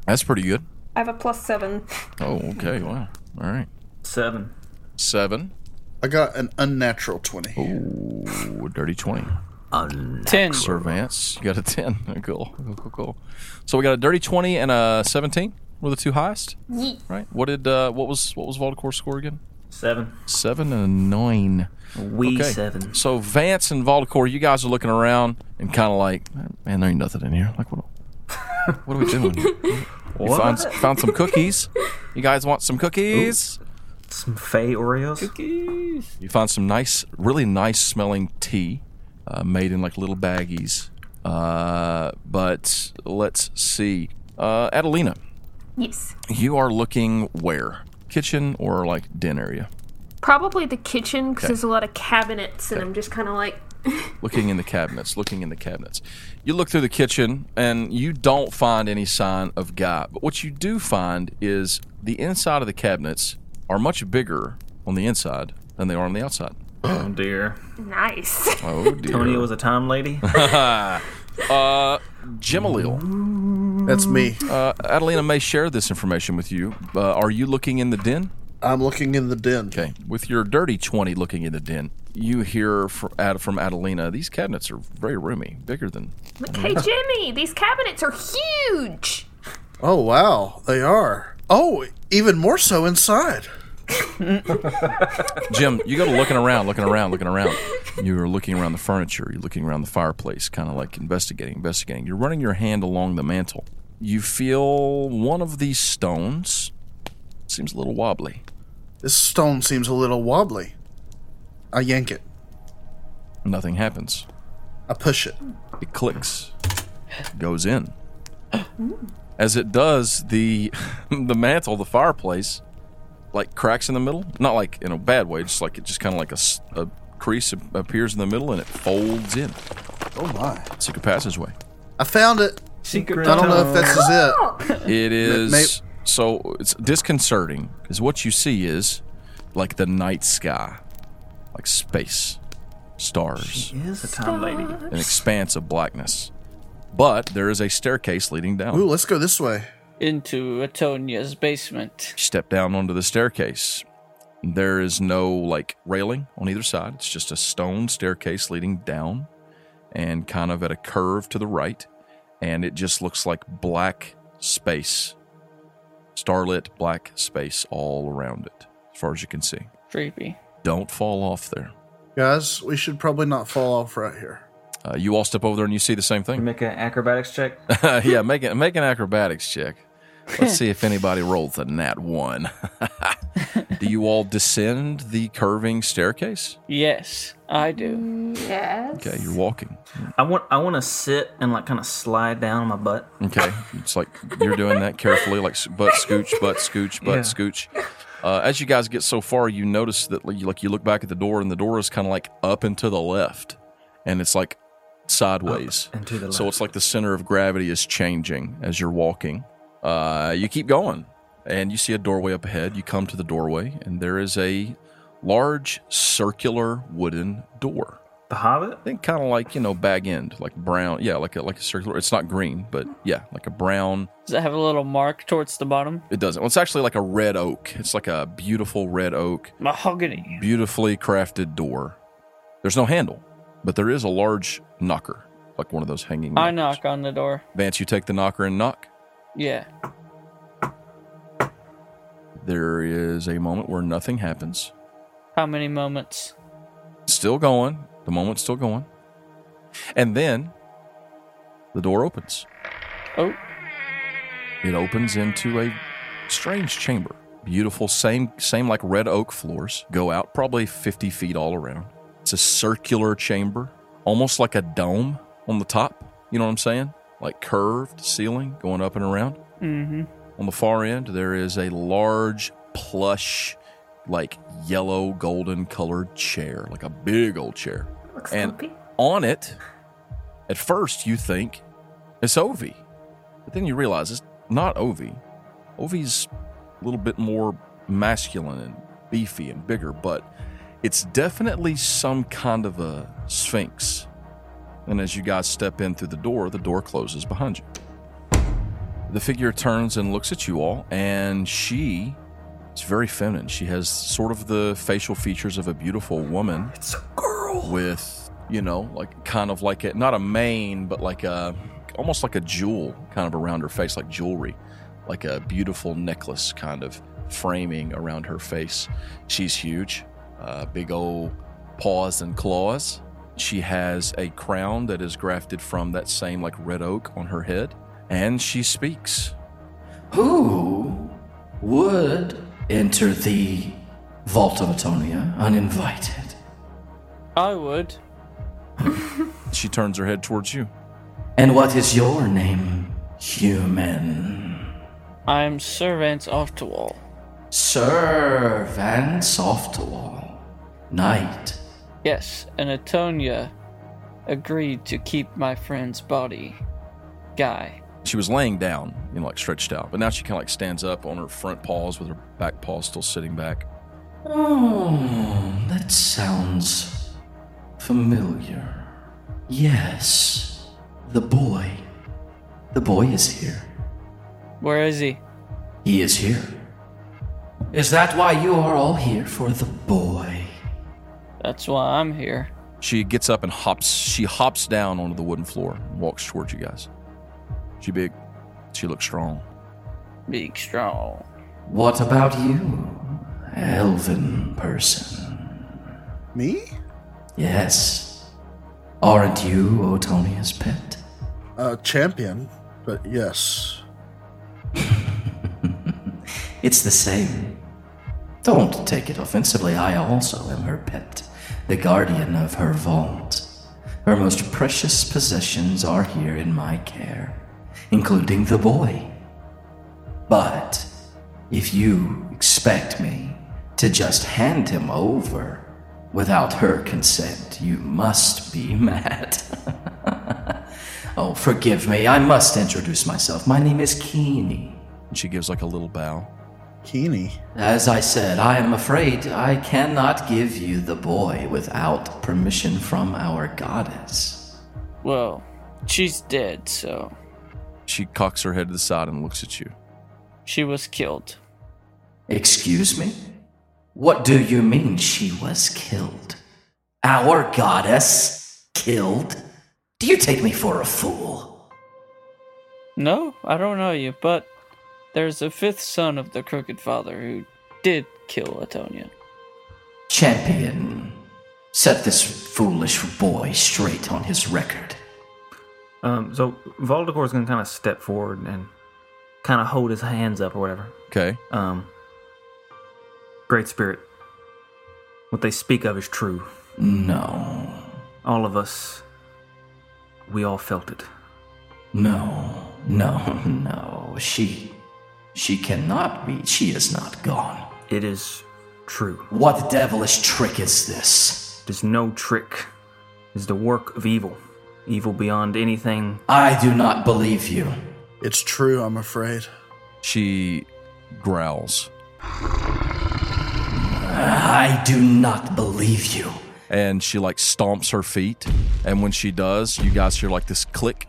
Speaker 2: That's pretty good.
Speaker 4: I have a plus seven.
Speaker 2: Oh, okay. Wow. All right.
Speaker 5: Seven.
Speaker 2: Seven.
Speaker 3: I got an unnatural twenty.
Speaker 2: Ooh, a dirty 20.
Speaker 5: Uh,
Speaker 1: Ten.
Speaker 2: Servance, you got a 10. Cool. Cool, cool, cool. So we got a dirty 20 and a 17 were the two highest,
Speaker 4: Yeet.
Speaker 2: right? What did uh what was what was Voldecor's score again?
Speaker 5: Seven.
Speaker 2: 7 and a 9.
Speaker 5: We seven.
Speaker 2: So Vance and Voldecor, you guys are looking around and kind of like, man, there ain't nothing in here. Like what What are we doing? here? You found, found some cookies. You guys want some cookies?
Speaker 5: Some Fey Oreos.
Speaker 1: Jeez.
Speaker 2: You find some nice, really nice smelling tea uh, made in like little baggies. Uh, but let's see. Uh, Adelina,
Speaker 4: Yes.
Speaker 2: you are looking where? Kitchen or like den area?
Speaker 4: Probably the kitchen because
Speaker 2: Okay.
Speaker 4: there's a lot of cabinets, and I'm just kind of like,
Speaker 2: Looking in the cabinets, looking in the cabinets. You look through the kitchen and you don't find any sign of Guy. But what you do find is the inside of the cabinets are much bigger on the inside than they are on the outside.
Speaker 5: Oh dear.
Speaker 4: nice.
Speaker 2: Oh, dear.
Speaker 5: Tony was a time lady.
Speaker 2: Gemalil.
Speaker 3: That's me.
Speaker 2: Uh, Adelina may share this information with you. Uh, are you looking in the den?
Speaker 3: I'm looking in the den.
Speaker 2: Okay. With your dirty 20 looking in the den, you hear from, Ad, from Adelina, these cabinets are very roomy, bigger than.
Speaker 4: Like, hey, Jimmy, these cabinets are huge.
Speaker 3: Oh wow, they are. Oh, even more so inside.
Speaker 2: Jim, you go to looking around, looking around, looking around. You're looking around the furniture, you're looking around the fireplace, kind of like investigating, investigating. You're running your hand along the mantle. You feel one of these stones seems a little wobbly.
Speaker 3: This stone seems a little wobbly. I yank it.
Speaker 2: Nothing happens.
Speaker 3: I push it.
Speaker 2: It clicks, goes in. As it does, the the mantle, the fireplace, like cracks in the middle. Not like in a bad way, just like it just kind of like a, s- a crease ap- appears in the middle and it folds in.
Speaker 3: Oh my!
Speaker 2: Secret passageway.
Speaker 3: I found it.
Speaker 5: Secret.
Speaker 3: I don't know if that's is it.
Speaker 4: Oh,
Speaker 2: It is
Speaker 3: may-
Speaker 2: so it's disconcerting because what you see is like the night sky, like space, stars,
Speaker 5: is a time lady.
Speaker 2: an expanse of blackness. But there is a staircase leading down.
Speaker 3: Ooh, let's go this way.
Speaker 1: Into Atonia's basement.
Speaker 2: step down onto the staircase. There is no like railing on either side. It's just a stone staircase leading down and kind of at a curve to the right. And it just looks like black space, starlit black space all around it, as far as you can see.
Speaker 1: Creepy.
Speaker 2: Don't fall off there.
Speaker 3: Guys, we should probably not fall off right here.
Speaker 2: Uh, you all step over there and you see the same thing.
Speaker 5: Make an acrobatics check.
Speaker 2: yeah, make, it, make an acrobatics check. Let's see if anybody rolls a nat one. Do you all descend the curving staircase?
Speaker 1: Yes, I do.
Speaker 4: Yes.
Speaker 2: Okay, you're walking.
Speaker 5: I want I want to sit and like kind of slide down on my butt.
Speaker 2: Okay, it's like you're doing that carefully, like s- butt scooch, butt scooch, butt
Speaker 5: Yeah.
Speaker 2: scooch. Uh, as you guys get so far, you notice that like you, like you look back at the door, and the door is kind of like up and to the left, and it's like sideways.
Speaker 5: and to the
Speaker 2: So
Speaker 5: left.
Speaker 2: it's like the center of gravity is changing as you're walking. Uh, you keep going, and you see a doorway up ahead. You come to the doorway, and there is a large circular wooden door.
Speaker 5: The Hobbit.
Speaker 2: think kind of like you know bag end like brown yeah like a like a circular it's not green but yeah like a brown
Speaker 1: Does it have a little mark towards the bottom?
Speaker 2: it doesn't well, it's actually like a red oak it's like a beautiful red oak
Speaker 1: Mahogany.
Speaker 2: beautifully crafted door there's no handle but there is a large knocker like one of those hanging
Speaker 1: I
Speaker 2: knockers.
Speaker 1: knock on the door.
Speaker 2: vance you take the knocker and knock
Speaker 1: Yeah.
Speaker 2: There is a moment where nothing happens.
Speaker 1: How many moments?
Speaker 2: Still going. The moment's still going. And then the door opens.
Speaker 1: Oh,
Speaker 2: It opens into a strange chamber. Beautiful, same, same like red oak floors go out probably 50 feet all around. It's a circular chamber, almost like a dome on the top. You know what I'm saying? Like curved ceiling going up and around. Mm-hmm. On the far end, there is a large plush, like yellow golden colored chair, like a big old chair.
Speaker 4: Looks
Speaker 2: and
Speaker 4: comfy.
Speaker 2: on it, at first you think it's Ovi. But then you realize it's not Ovi. Ovi's a little bit more masculine and beefy and bigger, but it's definitely some kind of a sphinx. And as you guys step in through the door, the door closes behind you. The figure turns and looks at you all, and she is very feminine. She has sort of the facial features of a beautiful woman
Speaker 5: It's a girl.
Speaker 2: with you know like kind of like a not a mane but like a almost like a jewel kind of around her face like jewelry like a beautiful necklace kind of framing around her face she's huge uh, big old paws and claws she has a crown that is grafted from that same like red oak on her head and she speaks
Speaker 6: Who would enter the Vault of Atonia uninvited?
Speaker 1: I would.
Speaker 2: she turns her head towards you
Speaker 6: And what is your name, human?
Speaker 1: I'm servant of the wall.
Speaker 6: Sir Van Softwall, knight.
Speaker 1: Yes, and Atonia agreed to keep my friend's body. Guy.
Speaker 2: she was laying down, you know, like stretched out, but now she kind of like stands up on her front paws with her back paws still sitting back.
Speaker 6: Oh, that sounds familiar. Yes, the boy. The boy is here.
Speaker 1: Where is he?
Speaker 6: He is here. Is that why you are all here for the boy?
Speaker 1: That's why I'm here.
Speaker 2: She gets up and hops. She hops down onto the wooden floor and walks towards you guys. She big. She looks strong.
Speaker 1: Big strong.
Speaker 6: What about you, elven person?
Speaker 3: Me?
Speaker 6: Yes. Aren't you Otonia's pet?
Speaker 3: Uh, champion, but yes.
Speaker 6: It's the same. Don't take it offensively. I also am her pet, the guardian of her vault. Her most precious possessions are here in my care, including the boy. But if you expect me to just hand him over without her consent, you must be mad. oh, forgive me. I must introduce myself. My name is Keeney.
Speaker 2: And she gives like a little bow.
Speaker 3: Keeney.
Speaker 6: As I said, I am afraid I cannot give you the boy without permission from our goddess.
Speaker 1: Well, she's dead, so
Speaker 2: She cocks her head to the side and looks at you.
Speaker 1: she was killed.
Speaker 6: Excuse me? What do you mean she was killed? Our goddess? Killed? Do you take me for a fool?
Speaker 1: No, I don't know you, but there's a fifth son of the crooked father who did kill Atonia.
Speaker 6: Champion, set this foolish boy straight on his record.
Speaker 5: Um, so Voldemort's gonna kind of step forward and kind of hold his hands up or whatever.
Speaker 2: Okay.
Speaker 5: Um, Great Spirit, what they speak of is true.
Speaker 6: No,
Speaker 5: All of us, we all felt it.
Speaker 6: No, no, no. She. She cannot be. She is not gone.
Speaker 5: It is true.
Speaker 6: What devilish trick is this?
Speaker 5: It is no trick. It is the work of evil, evil beyond anything.
Speaker 6: I do not believe you.
Speaker 3: It's true, I'm afraid.
Speaker 2: She growls
Speaker 6: I do not believe you.
Speaker 2: and she like stomps her feet. And when she does, you guys hear like this click,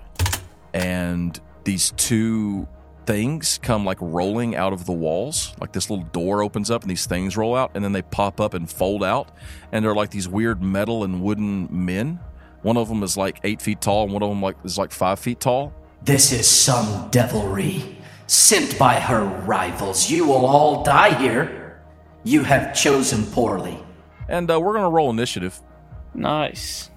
Speaker 2: and these two things come like rolling out of the walls. Like this little door opens up, and these things roll out, and then they pop up and fold out. And they're like these weird metal and wooden men. One of them is like eight feet tall, and one of them like is like five feet tall.
Speaker 6: This is some devilry. sent by her rivals. You will all die here. You have chosen poorly.
Speaker 2: And uh, we're going to roll initiative.
Speaker 1: Nice.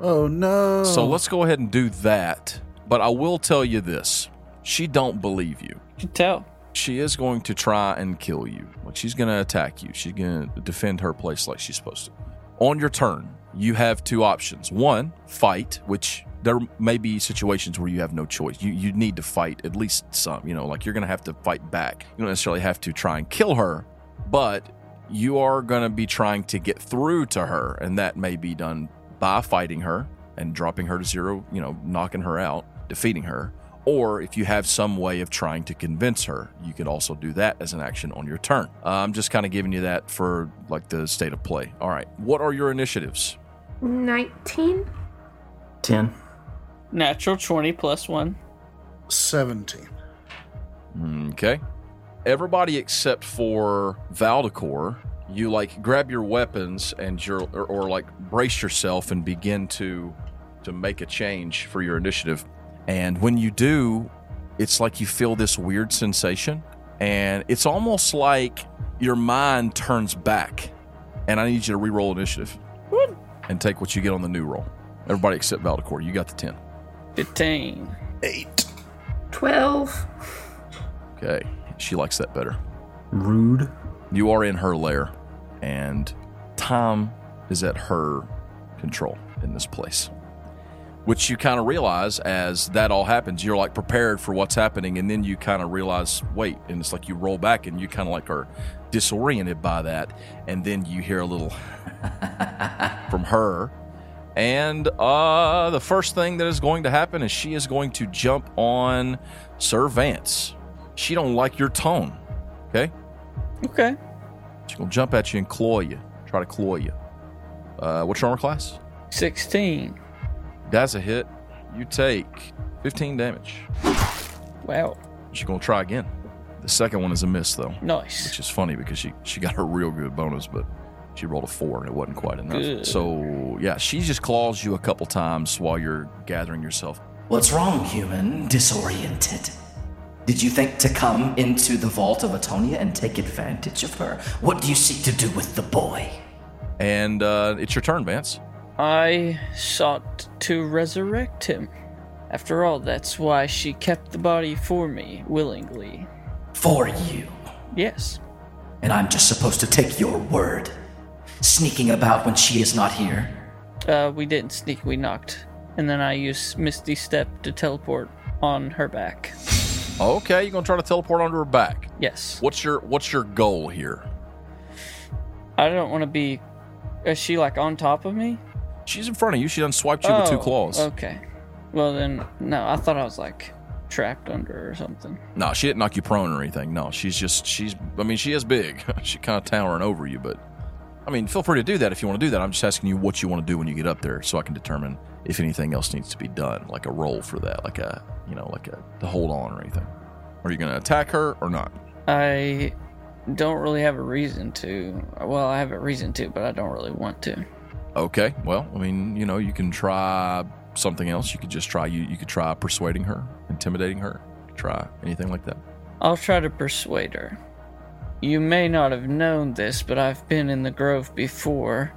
Speaker 3: Oh no.
Speaker 2: So let's go ahead and do that. But I will tell you this she don't believe you.
Speaker 1: You can tell.
Speaker 2: She is going to try and kill you. Like she's going to attack you. She's going to defend her place like she's supposed to. On your turn, you have two options. One, fight, which there may be situations where you have no choice. You you need to fight at least some, you know, like you're going to have to fight back. You don't necessarily have to try and kill her, but you are going to be trying to get through to her and that may be done by fighting her and dropping her to zero, you know, knocking her out, defeating her. Or if you have some way of trying to convince her, you could also do that as an action on your turn. Uh, I'm just kind of giving you that for like the state of play. All right. What are your initiatives?
Speaker 4: 19?
Speaker 5: 10.
Speaker 1: Natural 20 plus 1.
Speaker 3: 17.
Speaker 2: Okay. Everybody except for Valdecor, you like grab your weapons and your or, or like brace yourself and begin to to make a change for your initiative. And when you do, it's like you feel this weird sensation and it's almost like your mind turns back. And I need you to re-roll initiative and take what you get on the new roll. Everybody except Valdecor, you got the 10.
Speaker 1: 15.
Speaker 3: 8.
Speaker 4: 12.
Speaker 2: Okay. She likes that better.
Speaker 5: Rude.
Speaker 2: You are in her lair, and time is at her control in this place. Which you kind of realize as that all happens. You're like prepared for what's happening, and then you kind of realize, wait, and it's like you roll back and you kind of like are disoriented by that. And then you hear a little from her. And uh, the first thing that is going to happen is she is going to jump on Sir Vance. She don't like your tone. Okay?
Speaker 1: Okay.
Speaker 2: She's gonna jump at you and claw you. Try to claw you. Uh, what's your armor class?
Speaker 1: 16.
Speaker 2: That's a hit. You take 15 damage.
Speaker 1: Wow.
Speaker 2: She's gonna try again. The second one is a miss though, which
Speaker 1: Nice.
Speaker 2: is funny because she she got her real good bonus, but she rolled a four and it wasn't quite enough.
Speaker 1: Good.
Speaker 2: So yeah, she just claws you a couple times while you're gathering yourself.
Speaker 6: What's wrong, human? Disoriented. Did you think to come into the vault of Atonia and take advantage of her? What do you seek to do with the boy?
Speaker 2: And uh, it's your turn, Vance.
Speaker 1: I sought to resurrect him. After all, that's why she kept the body for me willingly.
Speaker 6: For you.
Speaker 1: Yes.
Speaker 6: And I'm just supposed to take your word. Sneaking about when she is not here.
Speaker 1: Uh, we didn't sneak, we knocked. And then I used Misty Step to teleport on her back.
Speaker 2: Okay, you're gonna try to teleport onto her back.
Speaker 1: Yes.
Speaker 2: What's your what's your goal here?
Speaker 1: I don't want to be. Is she like on top of me?
Speaker 2: She's in front of you. She done swiped you with two
Speaker 1: Oh,
Speaker 2: claws.
Speaker 1: Okay. Well then, no. I thought I was like trapped under her or something.
Speaker 2: No, she didn't knock you prone or anything. No, she's just she's. I mean, she is big. she kind of towering over you, but I mean, feel free to do that if you want to do that. I'm just asking you what you want to do when you get up there, so I can determine if anything else needs to be done, like a roll for that, like a you know, like a to hold on or anything. Are you going to attack her or not?
Speaker 1: I don't really have a reason to. Well, I have a reason to, but I don't really want to.
Speaker 2: Okay, well, I mean, you know, you can try something else. You could just try you. You could try persuading her, intimidating her, try anything like that.
Speaker 1: I'll try to persuade her. You may not have known this, but I've been in the grove before.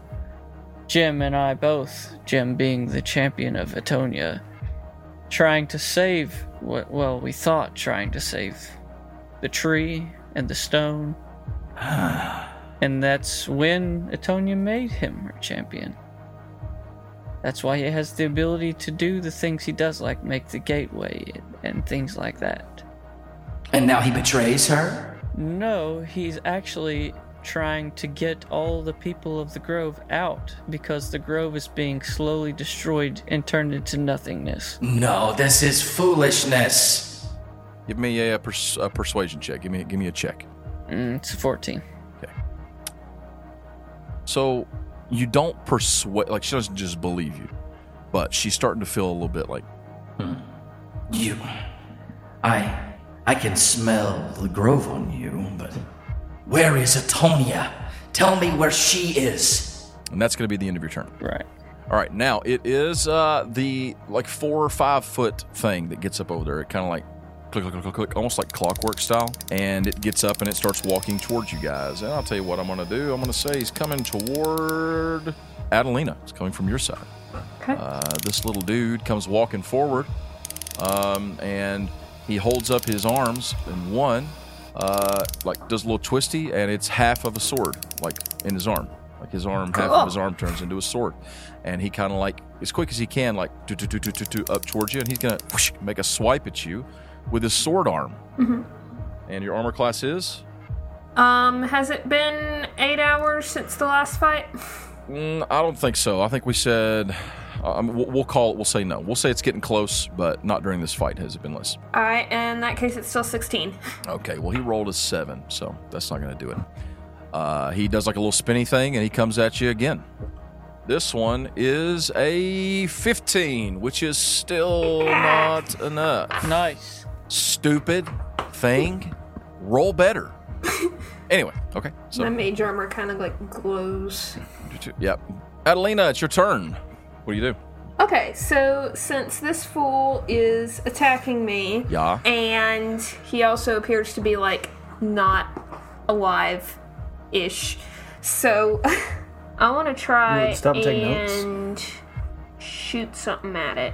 Speaker 1: Jim and I both, Jim being the champion of Atonia, trying to save what, well, we thought trying to save the tree and the stone. and that's when Atonia made him her champion. That's why he has the ability to do the things he does, like make the gateway and things like that.
Speaker 6: And now he betrays her?
Speaker 1: No, he's actually trying to get all the people of the grove out because the grove is being slowly destroyed and turned into nothingness.
Speaker 6: No, this is foolishness.
Speaker 2: Give me a, pers- a persuasion check. Give me give me a check.
Speaker 1: Mm, it's 14.
Speaker 2: So you don't persuade, like, she doesn't just believe you, but she's starting to feel a little bit like,
Speaker 6: You. I. I can smell the grove on you, but. Where is Atonia? Tell me where she is.
Speaker 2: and that's going to be the end of your turn.
Speaker 1: Right.
Speaker 2: All right, now it is uh, the like four or five foot thing that gets up over there. It kind of like click, click, click, click, click, almost like clockwork style. And it gets up and it starts walking towards you guys. And I'll tell you what I'm going to do. I'm going to say he's coming toward Adelina. It's coming from your side.
Speaker 4: Okay.
Speaker 2: Uh, this little dude comes walking forward um, and he holds up his arms and one uh, like does a little twisty and it's half of a sword like in his arm like his arm half of his arm turns into a sword and he kind of like as quick as he can like do do do do do do up towards you and he's gonna whoosh, make a swipe at you with his sword arm and your armor class is
Speaker 4: Um, has it been eight hours since the last fight?
Speaker 2: Mm, I don't think so. I think we said um, we'll we'll call it. We'll say no. We'll say it's getting close, but not during this fight has it been less.
Speaker 4: All right, in that case, it's still 16.
Speaker 2: Okay. Well, he rolled a seven, so that's not going to do it. Uh, he does like a little spinny thing, and he comes at you again. This one is a fifteen, which is still not enough.
Speaker 1: Nice.
Speaker 2: Stupid thing. Roll better. Anyway. Okay. So
Speaker 4: My mage armor kind of like glows.
Speaker 2: yeah, Adelina, it's your turn. What do you do?
Speaker 4: Okay, so since this fool is attacking me,
Speaker 2: Yeah.
Speaker 4: and he also appears to be like not alive ish, so I want to try
Speaker 5: Dude, stop and take notes.
Speaker 4: and shoot something at it.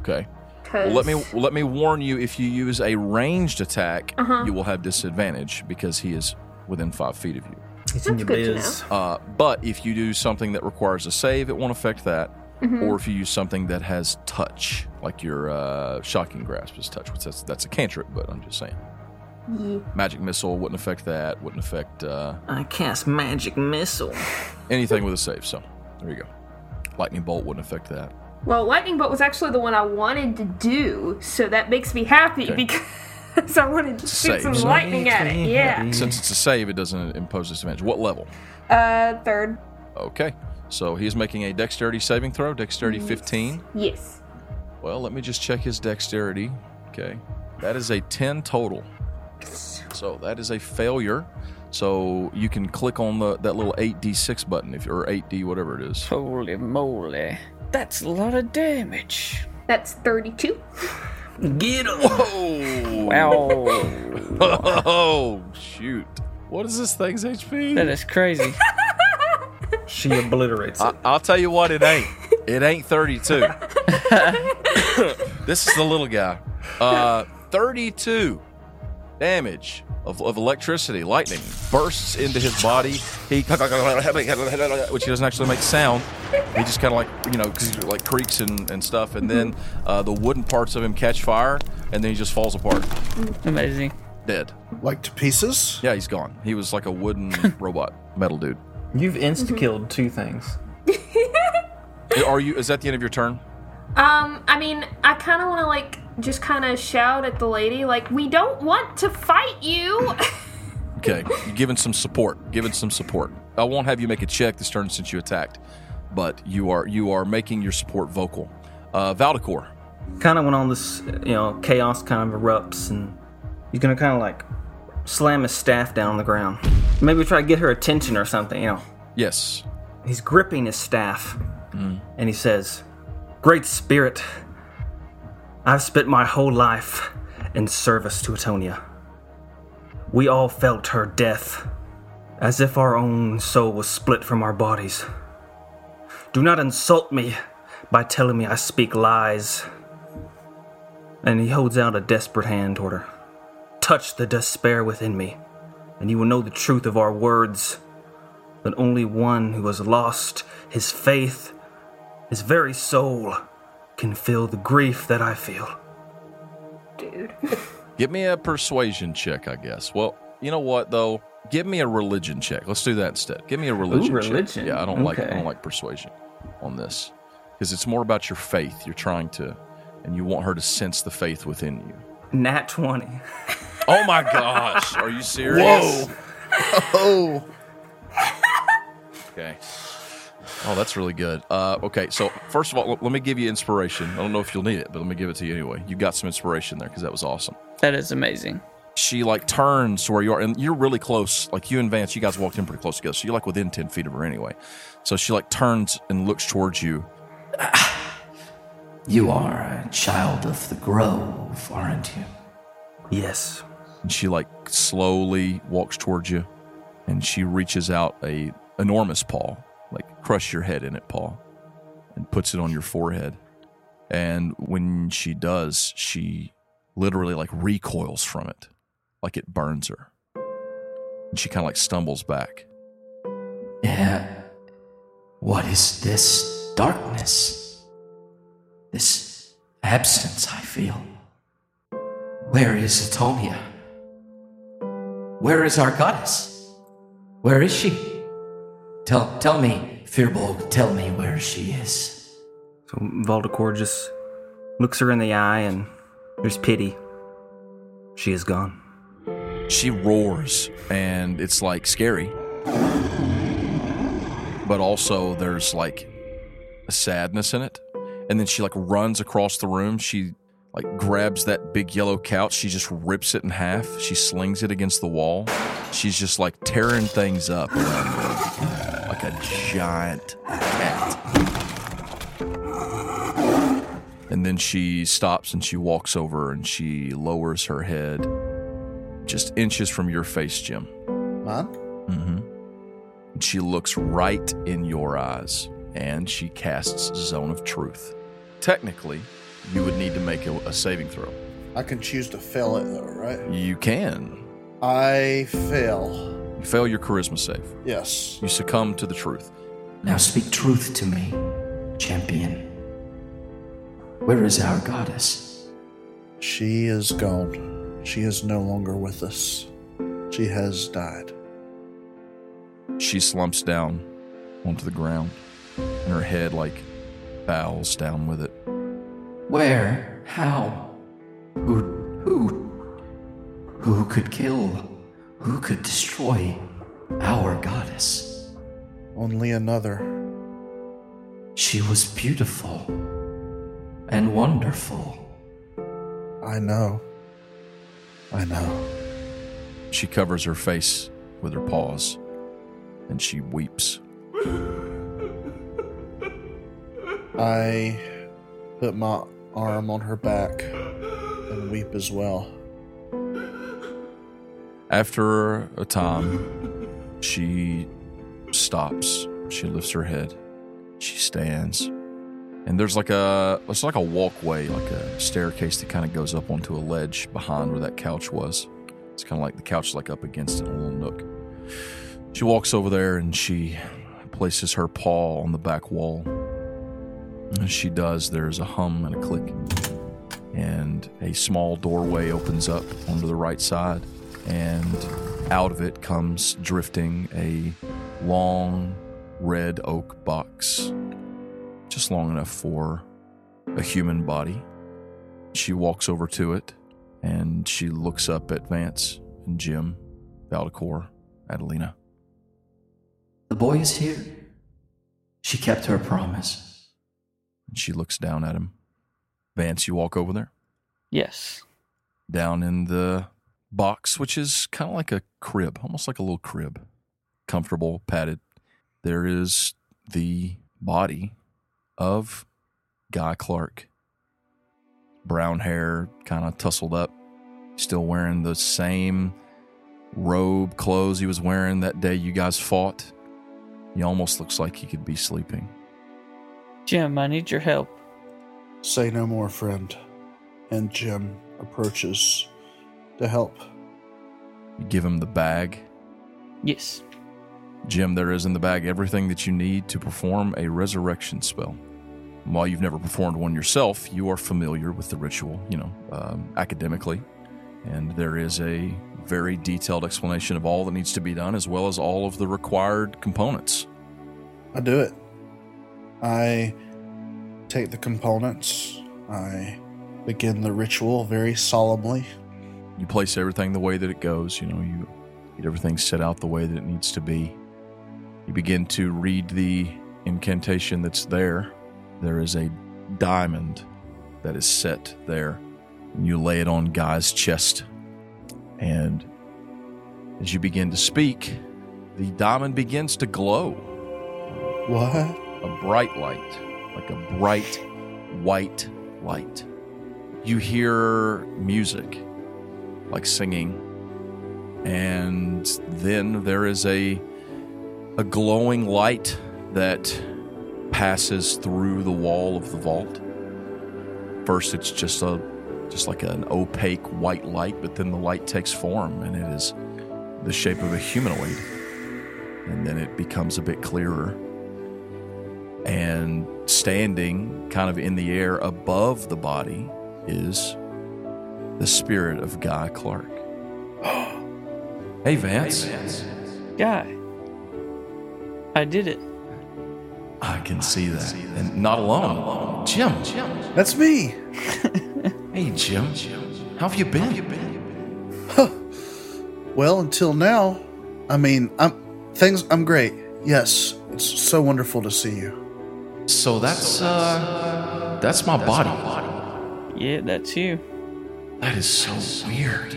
Speaker 2: Okay.
Speaker 4: 'cause-
Speaker 2: Well, let me let me warn you. If you use a ranged attack, you will have disadvantage because he is within five feet of you.
Speaker 5: It's in
Speaker 4: That's
Speaker 5: your
Speaker 4: good to
Speaker 5: biz.
Speaker 2: Uh, but if you do something that requires a save, it won't affect that. Or if you use something that has touch, like your uh, shocking grasp is touch, which that's that's a cantrip. But I'm just saying, magic missile wouldn't affect that. Wouldn't affect uh,
Speaker 5: I cast magic missile.
Speaker 2: anything with a save. So there you go. Lightning bolt wouldn't affect that.
Speaker 4: Well, lightning bolt was actually the one I wanted to do, so that makes me happy
Speaker 2: Okay.
Speaker 4: because I wanted to
Speaker 2: Save.
Speaker 4: shoot
Speaker 2: E
Speaker 4: some lightning at it. Yeah.
Speaker 2: Since it's a save, it doesn't impose disadvantage. What level?
Speaker 4: Uh, third.
Speaker 2: Okay. So he's making a dexterity saving throw, dexterity 15.
Speaker 4: Yes.
Speaker 2: Well, let me just check his dexterity. Okay. That is a 10 total. So that is a failure. So you can click on the that little 8d6 button if or 8d whatever it is.
Speaker 1: Holy moly. That's a lot of damage.
Speaker 4: That's 32.
Speaker 5: Get him.
Speaker 1: Oh. Wow.
Speaker 2: Oh, shoot. What is this thing's
Speaker 1: that
Speaker 2: HP?
Speaker 1: is crazy.
Speaker 5: She obliterates it.
Speaker 2: I, I'll tell you what it ain't. It ain't 32. this is the little guy. Uh, 32 damage of, of electricity. Lightning bursts into his body. He, which he doesn't actually make sound. He just kind of like, you know, 'cause he like creaks and, and stuff. And then uh, the wooden parts of him catch fire and then he just falls apart.
Speaker 1: Amazing.
Speaker 2: Dead.
Speaker 3: Like to pieces?
Speaker 2: Yeah, he's gone. He was like a wooden robot metal dude.
Speaker 5: You've insta killed two things.
Speaker 2: Are you, is that the end of your turn?
Speaker 4: Um, I mean, I kind of want to, like, just kind of shout at the lady, like, we don't want to fight you!
Speaker 2: Okay, you're giving some support. Giving some support. I won't have you make a check this turn since you attacked, but you are you are making your support vocal. Uh, Valdecor.
Speaker 5: Kind of when all this, you know, chaos kind of erupts, and he's gonna kind of like slam his staff down on the ground. Maybe try to get her attention or something. You know,
Speaker 2: Yes.
Speaker 5: he's gripping his staff, and he says, "Great Spirit, I've spent my whole life in service to Atonia. We all felt her death, as if our own soul was split from our bodies. Do not insult me by telling me I speak lies." And he holds out a desperate hand toward her. Touch the despair within me, and you will know the truth of our words but only one who has lost his faith, his very soul, can feel the grief that I feel.
Speaker 4: Dude.
Speaker 2: Give me a persuasion check, I guess. Well, you know what though? Give me a religion check. Let's do that instead. Give me a religion. check.
Speaker 5: religion.
Speaker 2: Yeah, I don't like I
Speaker 5: Okay.
Speaker 2: don't like persuasion on this because it's more about your faith. You're trying to, and you want her to sense the faith within you.
Speaker 5: Nat 20.
Speaker 2: Oh my gosh! Are you serious? Whoa!
Speaker 3: Oh,
Speaker 2: Okay. Oh, that's really good. Uh, okay, so first of all, l- let me give you inspiration. I don't know if you'll need it, but let me give it to you anyway. You got some inspiration there because that was awesome.
Speaker 1: That is amazing.
Speaker 2: She like turns to where you are, and you're really close. Like you and Vance, you guys walked in pretty close together, so you're like within ten feet of her anyway. So she like turns and looks towards you.
Speaker 6: You are a child of the grove, aren't you?
Speaker 5: Yes.
Speaker 2: and she like slowly walks towards you and she reaches out a enormous paw like crush your head in it paw and puts it on your forehead and when she does she literally like recoils from it like it burns her and she kind of like stumbles back
Speaker 6: Yeah. Eh, What is this darkness? This absence I feel. Where is Atonia? Where is our goddess? Where is she? Tell tell me, Firbolg, tell me where she is.
Speaker 5: So Valdecor just looks her in the eye and there's pity. She is gone.
Speaker 2: she roars and it's like scary but also there's like a sadness in it and then she like runs across the room she like grabs that big yellow couch she just rips it in half she slings it against the wall she's just like tearing things up around her, like a giant cat and then she stops and she walks over and she lowers her head just inches from your face, Jim.
Speaker 3: Mine?
Speaker 2: And she looks right in your eyes and she casts Zone of Truth. Technically, you would need to make a, a saving throw.
Speaker 3: I can choose to fail it though, right?
Speaker 2: You can.
Speaker 3: I fail.
Speaker 2: You fail your charisma save.
Speaker 3: Yes.
Speaker 2: You succumb to the truth.
Speaker 6: Now speak truth to me, champion. Where is our goddess?
Speaker 3: She is gone. She is no longer with us. She has died.
Speaker 2: She slumps down onto the ground and her head like bows down with it.
Speaker 6: Where? How? Who? Who? Who could kill? Who could destroy our goddess?
Speaker 3: Only another.
Speaker 6: She was beautiful and wonderful.
Speaker 3: I know. I know.
Speaker 2: She covers her face with her paws and she weeps.
Speaker 3: I put my arm on her back and weep as well.
Speaker 2: After a time, she stops. She lifts her head. She stands. And there's like a it's like a walkway, like a staircase that kind of goes up onto a ledge behind where that couch was. It's kind of like the couch is like up against it in a little nook. She walks over there and she places her paw on the back wall. As she does, there's a hum and a click and a small doorway opens up onto the right side and out of it comes drifting a long red oak box just long enough for a human body she walks over to it and she looks up at Vance and Jim Valdecor Adelina
Speaker 6: The boy is here. She kept her promise.
Speaker 2: and she looks down at him Vance you walk over there
Speaker 1: Yes.
Speaker 2: down in the box, which is kind of like a crib, almost like a little crib, comfortable, padded. There is the body of Guy Clark. Brown hair, kind of tussled up, still wearing the same robe clothes he was wearing that day you guys fought. He almost looks like he could be sleeping.
Speaker 1: Jim, I need your help.
Speaker 3: Say no more, friend. And Jim approaches to help.
Speaker 2: You give him the bag
Speaker 1: Yes.
Speaker 2: Jim, there is in the bag everything that you need to perform a resurrection spell. And While you've never performed one yourself, you are familiar with the ritual, you know, um, academically. And there is a very detailed explanation of all that needs to be done, as well as all of the required components.
Speaker 3: I do it. I take the components. I begin the ritual very solemnly.
Speaker 2: You place everything the way that it goes, you know, you get everything set out the way that it needs to be. You begin to read the incantation that's there. There is a diamond that is set there. And you lay it on Guy's chest. And as you begin to speak, the diamond begins to glow
Speaker 3: What?
Speaker 2: a bright light, like a bright white light. You hear music, like singing. And then there is a a glowing light that passes through the wall of the vault. First it's just a just like an opaque white light, but then the light takes form and it is the shape of a humanoid. And then it becomes a bit clearer and standing kind of in the air above the body is the spirit of Guy Clark. hey, Vance.
Speaker 1: Guy, I did it.
Speaker 2: I can see that. And not alone. Jim. Jim.
Speaker 3: That's me.
Speaker 2: Hey, Jim. How have you been?
Speaker 3: Well, until now, I mean, I'm things. I'm great. Yes, it's so wonderful to see you.
Speaker 2: So that's uh that's my body.
Speaker 1: Yeah, that's you.
Speaker 2: That is so weird.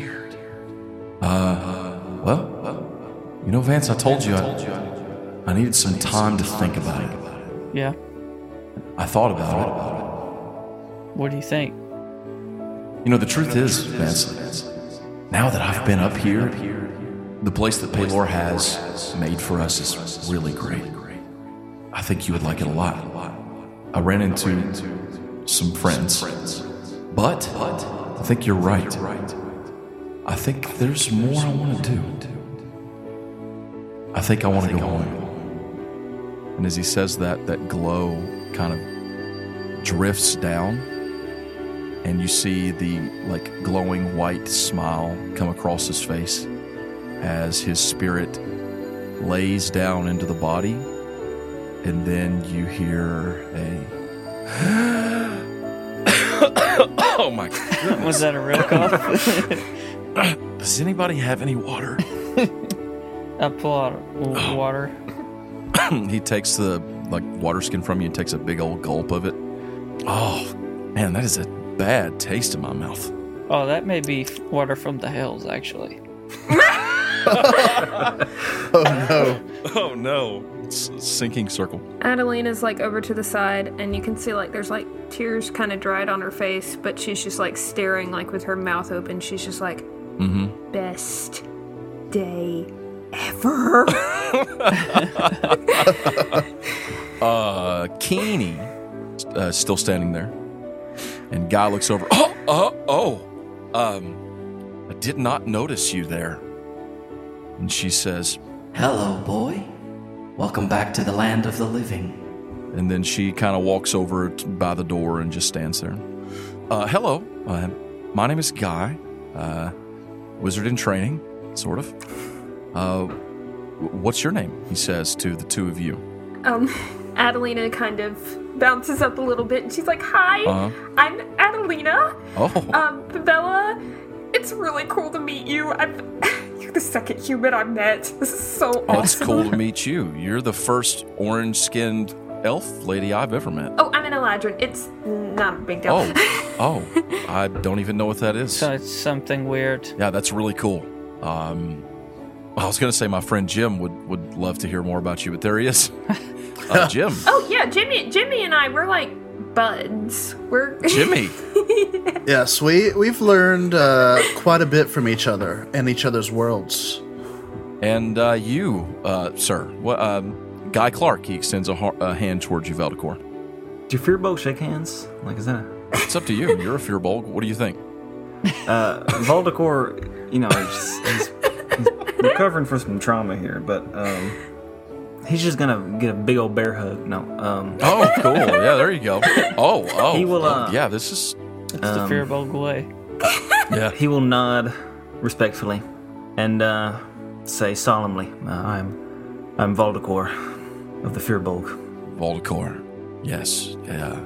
Speaker 2: Uh well, you know Vance, I told you I, I needed some time to think about it.
Speaker 1: Yeah.
Speaker 2: I thought about it.
Speaker 1: What do you think?
Speaker 2: You know, the truth is, Vance, now that I've been up here, the place that Paylor has made for us is really great. I think you would like it a lot. I ran into some friends, but I think you're right. I think there's more I want to do. I think I want to go home. And as he says that, that glow kind of drifts down and you see the like glowing white smile come across his face as his spirit lays down into the body and then you hear a oh my god
Speaker 1: Was that a real cough?
Speaker 2: does anybody have any water
Speaker 1: I pull out w- water.
Speaker 2: he takes the like water skin from you and takes a big old gulp of it oh man that is a bad taste in my mouth
Speaker 1: Oh, that may be f- water from the hills, actually.
Speaker 3: Oh no.
Speaker 2: oh no it's a sinking circle
Speaker 4: Adelina's like over to the side, and you can see like there's like tears kind of dried on her face, but she's just like staring, like with her mouth open. She's just like,
Speaker 2: Mm-hmm.
Speaker 4: best day ever.
Speaker 2: uh, Keeney uh, still standing there, and Guy looks over. Oh, oh, oh! Um, I did not notice you there. And she says,
Speaker 6: Hello, boy. Welcome back to the land of the living.
Speaker 2: and then she kind of walks over t- by the door and just stands there. Uh, hello, uh, my name is Guy, uh, wizard in training, sort of. Uh, wh- what's your name? He says to the two of you.
Speaker 4: um, Adelina kind of bounces up a little bit, and she's like, hi,
Speaker 2: Uh-huh.
Speaker 4: I'm Adelina.
Speaker 2: Oh,
Speaker 4: Um, Bella, it's really cool to meet you. I'm, you're the second human I met. This is so
Speaker 2: Oh, it's
Speaker 4: awesome.
Speaker 2: cool to meet you. You're the first orange skinned elf lady I've ever met.
Speaker 4: Oh, I'm an Eladrin. It's not a big deal.
Speaker 2: Oh, oh, I don't even know what that is.
Speaker 1: So it's something weird.
Speaker 2: Yeah, that's really cool. Um, I was going to say my friend Jim would, would love to hear more about you, but there he is. Uh, Jim.
Speaker 4: Oh yeah, Jimmy, Jimmy and I, we're like buds. We're
Speaker 2: Jimmy.
Speaker 3: Yes, we we've learned uh, quite a bit from each other and each other's worlds.
Speaker 2: And uh, you, uh, sir. Well, um, Guy Clark, he extends a, har- a hand towards you, Valdecor.
Speaker 5: Do Fearbol shake hands? Like, is that a...
Speaker 2: It's up to you. You're a fear bulk. What do you think?
Speaker 5: Voldemort, you know, he's, he's, he's recovering from some trauma here, but um, he's just gonna get a big old bear hug. No, um,
Speaker 2: Oh, cool. Yeah, there you go. Oh, oh.
Speaker 5: He will,
Speaker 2: oh,
Speaker 5: uh,
Speaker 2: yeah, this is.
Speaker 1: It's the fear of old way.
Speaker 2: Yeah.
Speaker 5: he will nod respectfully and uh, say solemnly, uh, "I'm, I'm Voldemort of the Fearbolg."
Speaker 2: Valdecor. Yes. Yeah.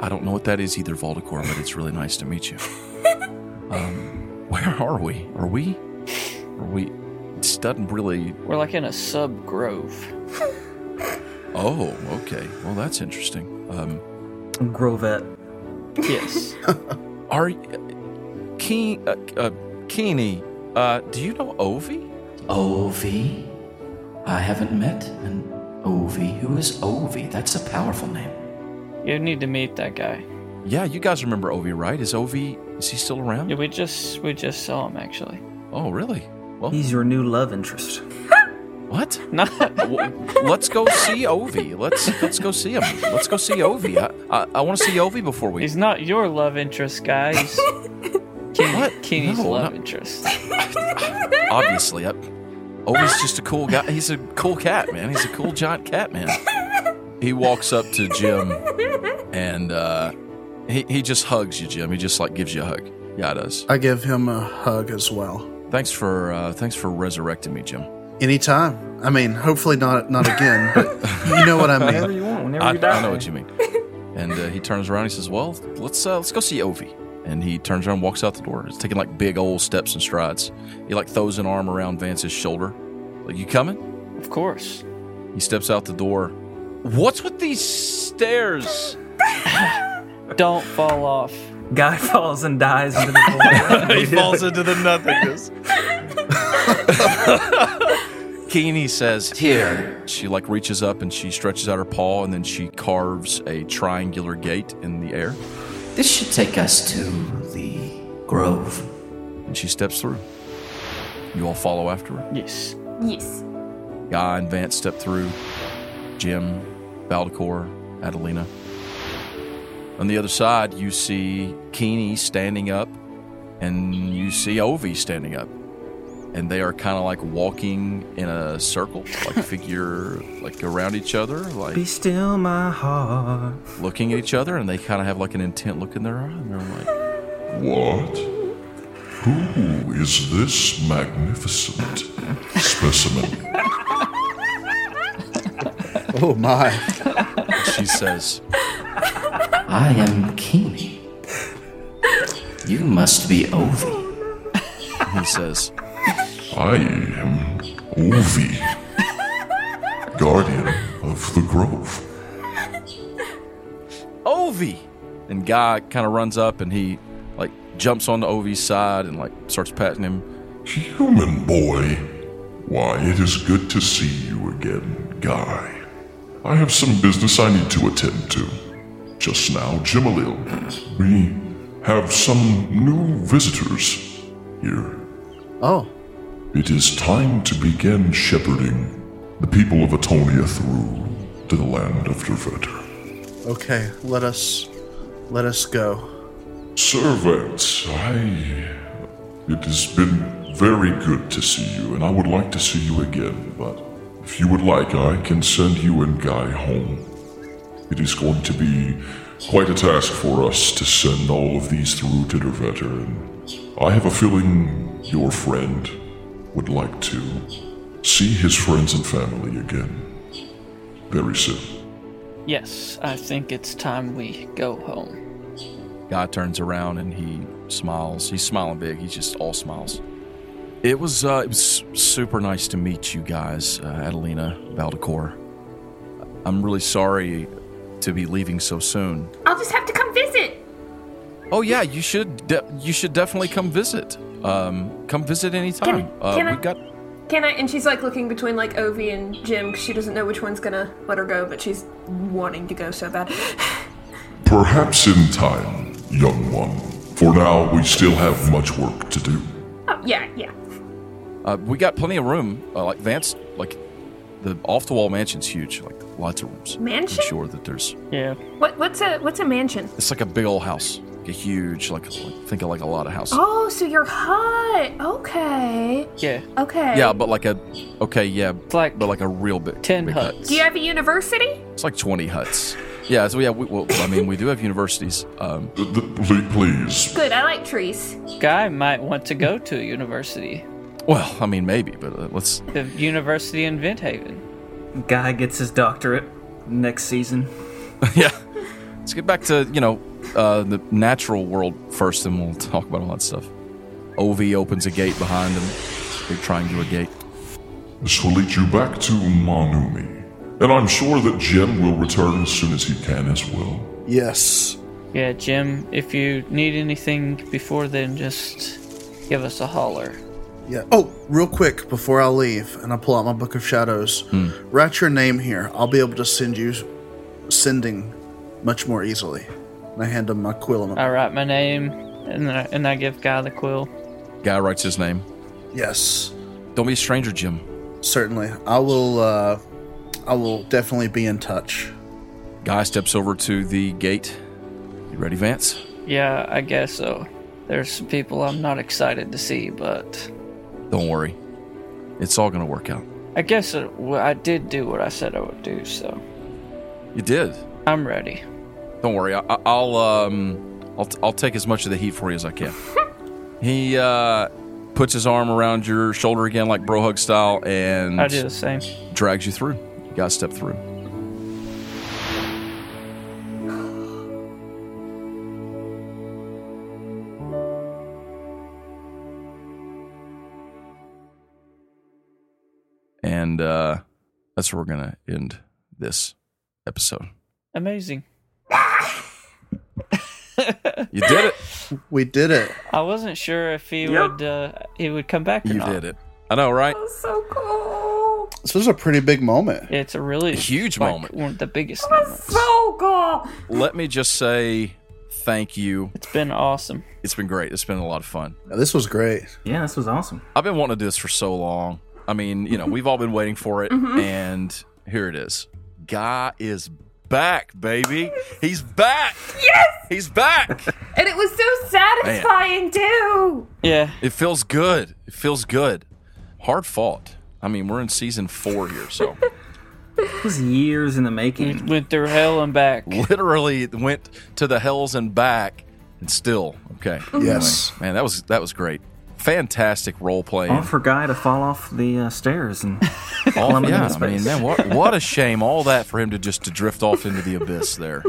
Speaker 2: I don't know what that is either, Valdecor, but it's really nice to meet you. um, where are we? Are we? Are we? This doesn't really.
Speaker 1: We're like in a sub grove.
Speaker 2: Oh, okay. Well, that's interesting. Um,
Speaker 5: Grovet.
Speaker 1: Yes.
Speaker 2: are Keen uh, uh, Keeney? Uh, do you know Ovi?
Speaker 6: Ovi? I haven't met an Ovi. Who is Ovi? That's a powerful name.
Speaker 1: you need to meet that guy.
Speaker 2: Yeah, you guys remember Ovi, right? Is Ovi? Is he still around?
Speaker 1: Yeah, we just we just saw him actually.
Speaker 2: Oh, really? Well,
Speaker 5: He's your new love interest.
Speaker 2: what?
Speaker 1: Not
Speaker 2: W- let's go see Ovi. Let's let's go see him. Let's go see Ovi. I I, I want to see Ovi before we.
Speaker 1: he's not your love interest, guys.
Speaker 2: what?
Speaker 1: Kenny's
Speaker 2: No,
Speaker 1: love
Speaker 2: not-
Speaker 1: interest.
Speaker 2: obviously. I, Ovi's just a cool guy. He's a cool cat, man. He's a cool giant cat, man. He walks up to Jim and uh, he, he just hugs you, Jim. He just like gives you a hug. Yeah, it does.
Speaker 3: I give him a hug as well.
Speaker 2: Thanks for uh, thanks for resurrecting me, Jim.
Speaker 3: Anytime. I mean, hopefully not not again, but you know what I
Speaker 5: Whenever
Speaker 3: mean.
Speaker 5: you want, whenever
Speaker 2: I,
Speaker 5: you die.
Speaker 2: I know what you mean. And uh, he turns around. And he says, "Well, let's uh, let's go see Ovi." And he turns around, and walks out the door. He's taking like big old steps and strides. He like throws an arm around Vance's shoulder. Like, you coming?
Speaker 1: Of course.
Speaker 2: He steps out the door. What's with these stairs?
Speaker 1: Don't fall off.
Speaker 5: Guy falls and dies into the void.
Speaker 2: he falls into the nothingness. Keeney says,
Speaker 6: Here.
Speaker 2: She like reaches up and she stretches out her paw and then she carves a triangular gate in the air
Speaker 6: This should take us to the grove.
Speaker 2: and she steps through. You all follow after her.
Speaker 1: Yes.
Speaker 4: Yes.
Speaker 2: Guy and Vance step through. Jim, Baldacor, Adelina. On the other side, you see Keeney standing up, and you see Ovi standing up. And they are kind of like walking in a circle, like figure, like around each other,
Speaker 5: Be
Speaker 2: like
Speaker 5: still, my heart.
Speaker 2: looking at each other, and they kind of have like an intent look in their eye. And they're like,
Speaker 7: What? Who is this magnificent specimen?
Speaker 3: Oh my.
Speaker 2: she says,
Speaker 6: I am Keeney. You must be Ovi.
Speaker 2: he says,
Speaker 7: I am Ovi, guardian of the grove.
Speaker 2: Ovi. And Guy kind of runs up and he like jumps onto Ovi's side and like starts patting him.
Speaker 7: Human boy, why, it is good to see you again, Guy. I have some business I need to attend to. Just now, Jimalil, we have some new visitors here.
Speaker 3: Oh.
Speaker 7: It is time to begin shepherding the people of Atonia through to the land of Derveter.
Speaker 3: Okay. Let us let us go.
Speaker 7: Servants, I. It has been very good to see you, and I would like to see you again, but if you would like, I can send you and Guy home. It is going to be quite a task for us to send all of these through to Derveter, and I have a feeling your friend would like to see his friends and family again very soon.
Speaker 1: Yes, I think it's time we go home.
Speaker 2: Guy turns around and he smiles. He's smiling big. He's just all smiles. It was uh, it was super nice to meet you guys, uh, Adelina Baldacor. I'm really sorry to be leaving so soon.
Speaker 4: I'll just have to come visit.
Speaker 2: Oh yeah, you should de- you should definitely come visit. Um, come visit anytime.
Speaker 4: Can I-
Speaker 2: Uh,
Speaker 4: can I-
Speaker 2: we got
Speaker 4: Can I? And she's like looking between like Ovi and Jim 'cause she doesn't know which one's gonna let her go, but she's wanting to go so bad.
Speaker 7: Perhaps in time, young one. For now, we still have much work to do.
Speaker 4: oh yeah, yeah.
Speaker 2: Uh, we got plenty of room. Uh, like Vance, like the off the wall mansion's huge. Like lots of rooms.
Speaker 4: Mansion?
Speaker 2: I'm sure that there's.
Speaker 1: Yeah.
Speaker 4: What what's a what's a mansion?
Speaker 2: It's like a big old house. Like a huge. Like, like think of like a lot of houses.
Speaker 4: Oh, so you're hot. Okay.
Speaker 1: Yeah.
Speaker 4: Okay.
Speaker 2: Yeah, but like a. Okay, yeah.
Speaker 1: like
Speaker 2: but like a real big.
Speaker 1: 10
Speaker 2: big
Speaker 1: huts.
Speaker 4: Do you have a university?
Speaker 2: It's like twenty huts. Yeah. So yeah. We, well, I mean, we do have universities. Um,
Speaker 7: Th- th- pl- please,
Speaker 4: Good. I like trees.
Speaker 1: Guy might want to go to a university.
Speaker 2: well, I mean, maybe, but uh, let's.
Speaker 1: The university in Vent Haven.
Speaker 5: Guy gets his doctorate next season.
Speaker 2: yeah. Let's get back to you know uh, the natural world first, and we'll talk about all that stuff. Ov opens a gate behind him. Big triangular gate.
Speaker 7: this will lead you back to Manumi. And I'm sure that Jim will return as soon as he can as well.
Speaker 3: Yes.
Speaker 1: Yeah, Jim, if you need anything before then, just give us a holler.
Speaker 3: Yeah. Oh, real quick before I leave, and I pull out my book of shadows. Write your name here. I'll be able to send you sending much more easily. And I hand him my quill. And
Speaker 1: I write my name And I, and I give Guy the quill.
Speaker 2: Guy writes his name.
Speaker 3: Yes,
Speaker 2: Don't be a stranger, Jim.
Speaker 3: certainly. I will. Uh, I will definitely be in touch.
Speaker 2: Guy steps over to the gate. You ready, Vance?
Speaker 1: Yeah, I guess so. There's some people I'm not excited to see, but
Speaker 2: Don't worry. It's all going to work out.
Speaker 1: I guess it, well, I did do what I said I would do, so
Speaker 2: You did.
Speaker 1: I'm ready.
Speaker 2: Don't worry. I, I- I'll um, I'll, t- I'll take as much of the heat for you as I can. he uh, puts his arm around your shoulder again, like bro hug style, and
Speaker 1: I do the same.
Speaker 2: drags you through. You gotta step through. And uh, that's where we're gonna end this episode.
Speaker 1: Amazing.
Speaker 2: You did it.
Speaker 3: We did it.
Speaker 1: I wasn't sure if he would uh, he would come back or
Speaker 2: You
Speaker 1: not.
Speaker 2: did it. I know, right?
Speaker 9: So cool.
Speaker 3: This was a pretty big moment.
Speaker 1: It's a really
Speaker 2: A huge
Speaker 1: like,
Speaker 2: moment.
Speaker 1: One of the biggest moments.
Speaker 9: So cool.
Speaker 2: Let me just say thank you.
Speaker 1: It's been awesome.
Speaker 2: It's been great. It's been a lot of fun.
Speaker 3: Now, this was great.
Speaker 5: Yeah, this was awesome.
Speaker 2: I've been wanting to do this for so long. I mean, you know, we've all been waiting for it, and here it is. Guy is back, baby. He's back. Yes. He's back.
Speaker 9: And it was so satisfying too.
Speaker 1: Yeah,
Speaker 2: It feels good. It feels good. Hard fought. I mean, we're in season four here, so
Speaker 5: It was years in the making.
Speaker 2: Mm,
Speaker 1: went through hell and back.
Speaker 2: literally went to the hells and back, and still okay.
Speaker 3: Mm-hmm. Yes.
Speaker 2: man, that was that was great. Fantastic role playing.
Speaker 5: All for Guy to fall off the uh, stairs and
Speaker 2: All-
Speaker 5: plummet
Speaker 2: yeah,
Speaker 5: into
Speaker 2: I mean,
Speaker 5: space.
Speaker 2: man, what, what a shame! All that for him to just to drift off into the abyss there.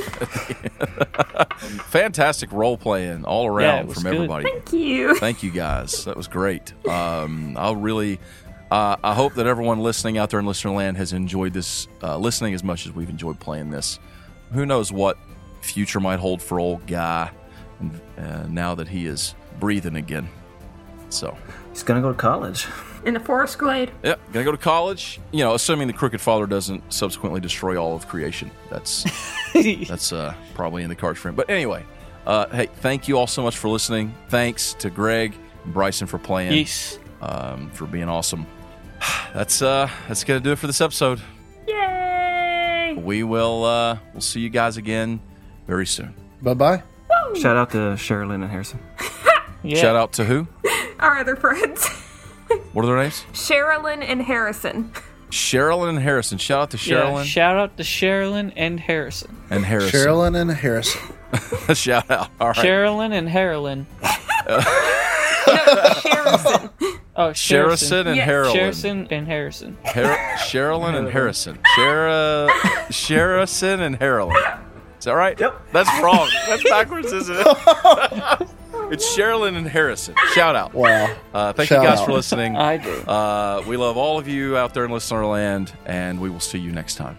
Speaker 2: Fantastic role playing all
Speaker 1: Yeah, it
Speaker 2: around
Speaker 1: was
Speaker 2: from
Speaker 1: good.
Speaker 2: everybody.
Speaker 9: Thank you.
Speaker 2: Thank you guys. That was great. Um, I really, uh, I hope that everyone listening out there in listener land has enjoyed this uh, listening as much as we've enjoyed playing this. Who knows what future might hold for old guy, and, uh, now that he is breathing again. So.
Speaker 5: He's gonna go to college.
Speaker 9: In a forest glade.
Speaker 2: Yep, gonna go to college. You know, assuming the crooked father doesn't subsequently destroy all of creation. That's that's uh, probably in the cards for him. But anyway, uh, hey, thank you all so much for listening. Thanks to Greg and Bryson for playing,
Speaker 1: Yes.
Speaker 2: um, for being awesome. That's uh, that's gonna do it for this episode.
Speaker 9: Yay.
Speaker 2: We will uh, we'll see you guys again very soon.
Speaker 3: Bye bye.
Speaker 5: Shout out to Sherilyn and Harrison.
Speaker 1: Yeah.
Speaker 2: Shout out to who?
Speaker 9: Our other friends,
Speaker 2: What are their names?
Speaker 9: Sherilyn and Harrison.
Speaker 2: Sherilyn and Harrison. Shout out to
Speaker 1: Yeah,
Speaker 2: Sherilyn
Speaker 1: shout out to Sherilyn and Harrison.
Speaker 2: and Harrison.
Speaker 3: Sherilyn and Harrison.
Speaker 2: shout out. All right.
Speaker 1: Sherilyn and Harrelyn.
Speaker 9: Harrison.
Speaker 1: Oh,
Speaker 2: Sherrison
Speaker 1: Sherrison.
Speaker 2: and
Speaker 9: Yes.
Speaker 2: Harrelyn.
Speaker 1: Sherrison and Harrison.
Speaker 2: Har- Sherilyn and Harrison. Shara, Sherrison and Harrelyn. Is that right? Yep. That's wrong. That's backwards, isn't it? it's Sherilyn and Harrison. Shout out.
Speaker 3: Wow.
Speaker 2: Uh, thank
Speaker 3: Shout
Speaker 2: you guys
Speaker 3: out.
Speaker 2: for listening.
Speaker 1: I do.
Speaker 2: Uh, we love all of you out there in listener land, and we will see you next time.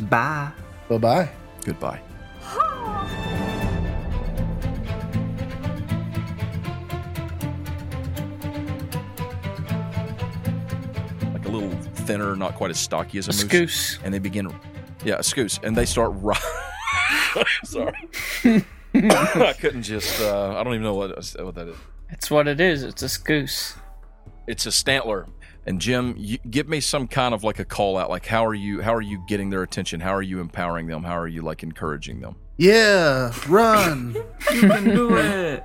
Speaker 5: Bye.
Speaker 3: Bye bye.
Speaker 2: Goodbye. Like a little thinner, not quite as stocky as a, moose.
Speaker 1: Scoose.
Speaker 2: And they begin, yeah, a scoose, and they start. Ri- Sorry, I couldn't just. Uh, I don't even know what what that is.
Speaker 1: That's what it is. It's a scoose.
Speaker 2: It's a stantler. And Jim, you, give me some kind of like a call out. Like, how are you? How are you getting their attention? How are you empowering them? How are you like encouraging them?
Speaker 3: Yeah, run.
Speaker 5: Do it.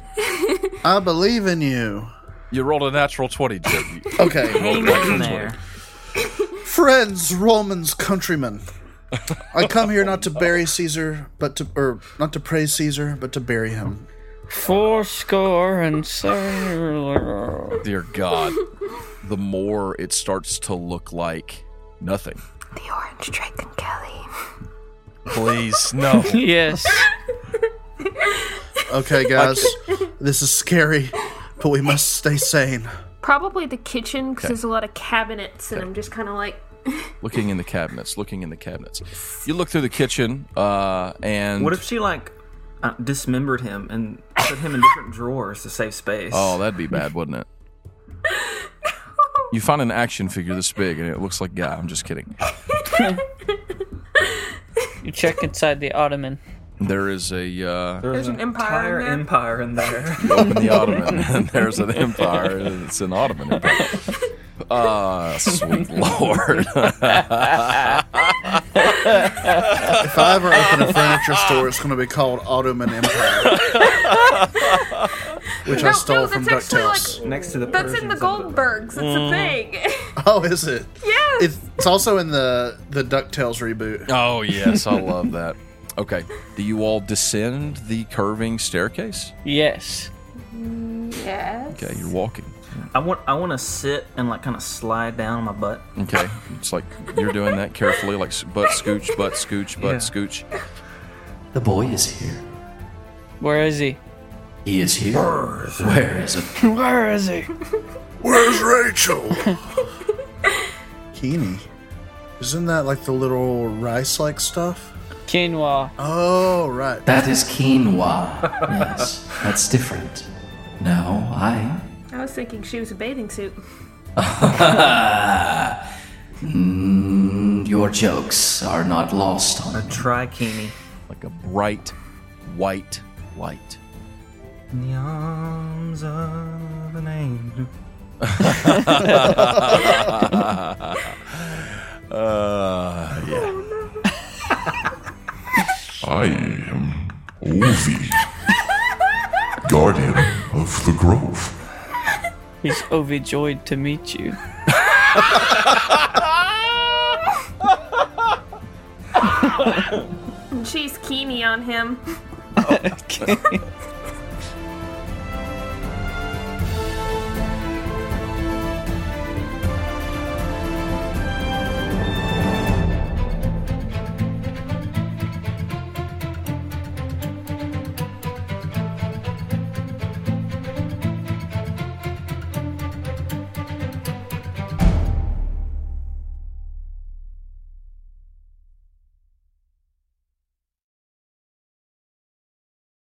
Speaker 3: I believe in you.
Speaker 2: You rolled a natural 20, Jim. You
Speaker 3: Okay.
Speaker 2: rolled a natural 20.
Speaker 5: there.
Speaker 3: Friends, Romans, countrymen. I come here not to bury Caesar, but to or not to praise Caesar, but to bury him.
Speaker 1: Four score and so.
Speaker 2: Dear God, the more it starts to look like nothing.
Speaker 9: the Orange Dragon Kelly.
Speaker 2: Please, no.
Speaker 1: Yes.
Speaker 3: Okay, guys. this is scary, but we must stay sane.
Speaker 4: Probably the kitchen because there's a lot of cabinets, and I'm just kind of like,
Speaker 2: looking in the cabinets, looking in the cabinets. You look through the kitchen, uh, and
Speaker 5: What if she like uh, dismembered him and put him in different drawers to save space?
Speaker 2: oh, that'd be bad, wouldn't it? You find an action figure this big, and it looks like guy. I'm just kidding.
Speaker 1: You check inside the ottoman.
Speaker 2: There is a uh,
Speaker 5: There's,
Speaker 9: an empire in
Speaker 5: entire
Speaker 9: there?
Speaker 5: empire in there.
Speaker 2: you open the ottoman, and there's an empire. and It's an ottoman empire. Ah, sweet lord!
Speaker 3: If I ever open a furniture store, it's going to be called Ottoman Empire, which I
Speaker 4: No,
Speaker 3: stole
Speaker 4: no,
Speaker 3: from
Speaker 4: that's actually
Speaker 3: Ducktales.
Speaker 5: Next to the
Speaker 4: That's in the
Speaker 5: Persians.
Speaker 4: Goldbergs. It's a thing.
Speaker 3: Oh, is it?
Speaker 4: yes.
Speaker 3: It's it's also in the the Ducktales reboot.
Speaker 2: Oh yes, I love that. Okay, do you all descend the curving staircase?
Speaker 1: Yes.
Speaker 4: yes.
Speaker 2: Okay, you're walking.
Speaker 5: I want I want to sit and like kind of slide down on my butt.
Speaker 2: Okay, it's like you're doing that carefully, like s- butt scooch, butt scooch, butt
Speaker 5: Yeah.
Speaker 2: scooch.
Speaker 6: The boy is here.
Speaker 1: Where is he?
Speaker 6: He is here. Where is it?
Speaker 1: Where is he?
Speaker 3: Where's Rachel? Keeney. Isn't that like the little rice like stuff?
Speaker 1: Quinoa.
Speaker 3: Oh, right.
Speaker 6: That is quinoa. Yes, that's different. No, I.
Speaker 4: I was thinking she was a bathing suit.
Speaker 6: Mm, your jokes are not lost on
Speaker 5: Trikini.
Speaker 2: like a bright white light.
Speaker 5: In the arms of an angel.
Speaker 2: Uh, yeah.
Speaker 7: I am Ovi, guardian of the grove.
Speaker 1: He's overjoyed to meet you.
Speaker 4: And she's Kimi on him.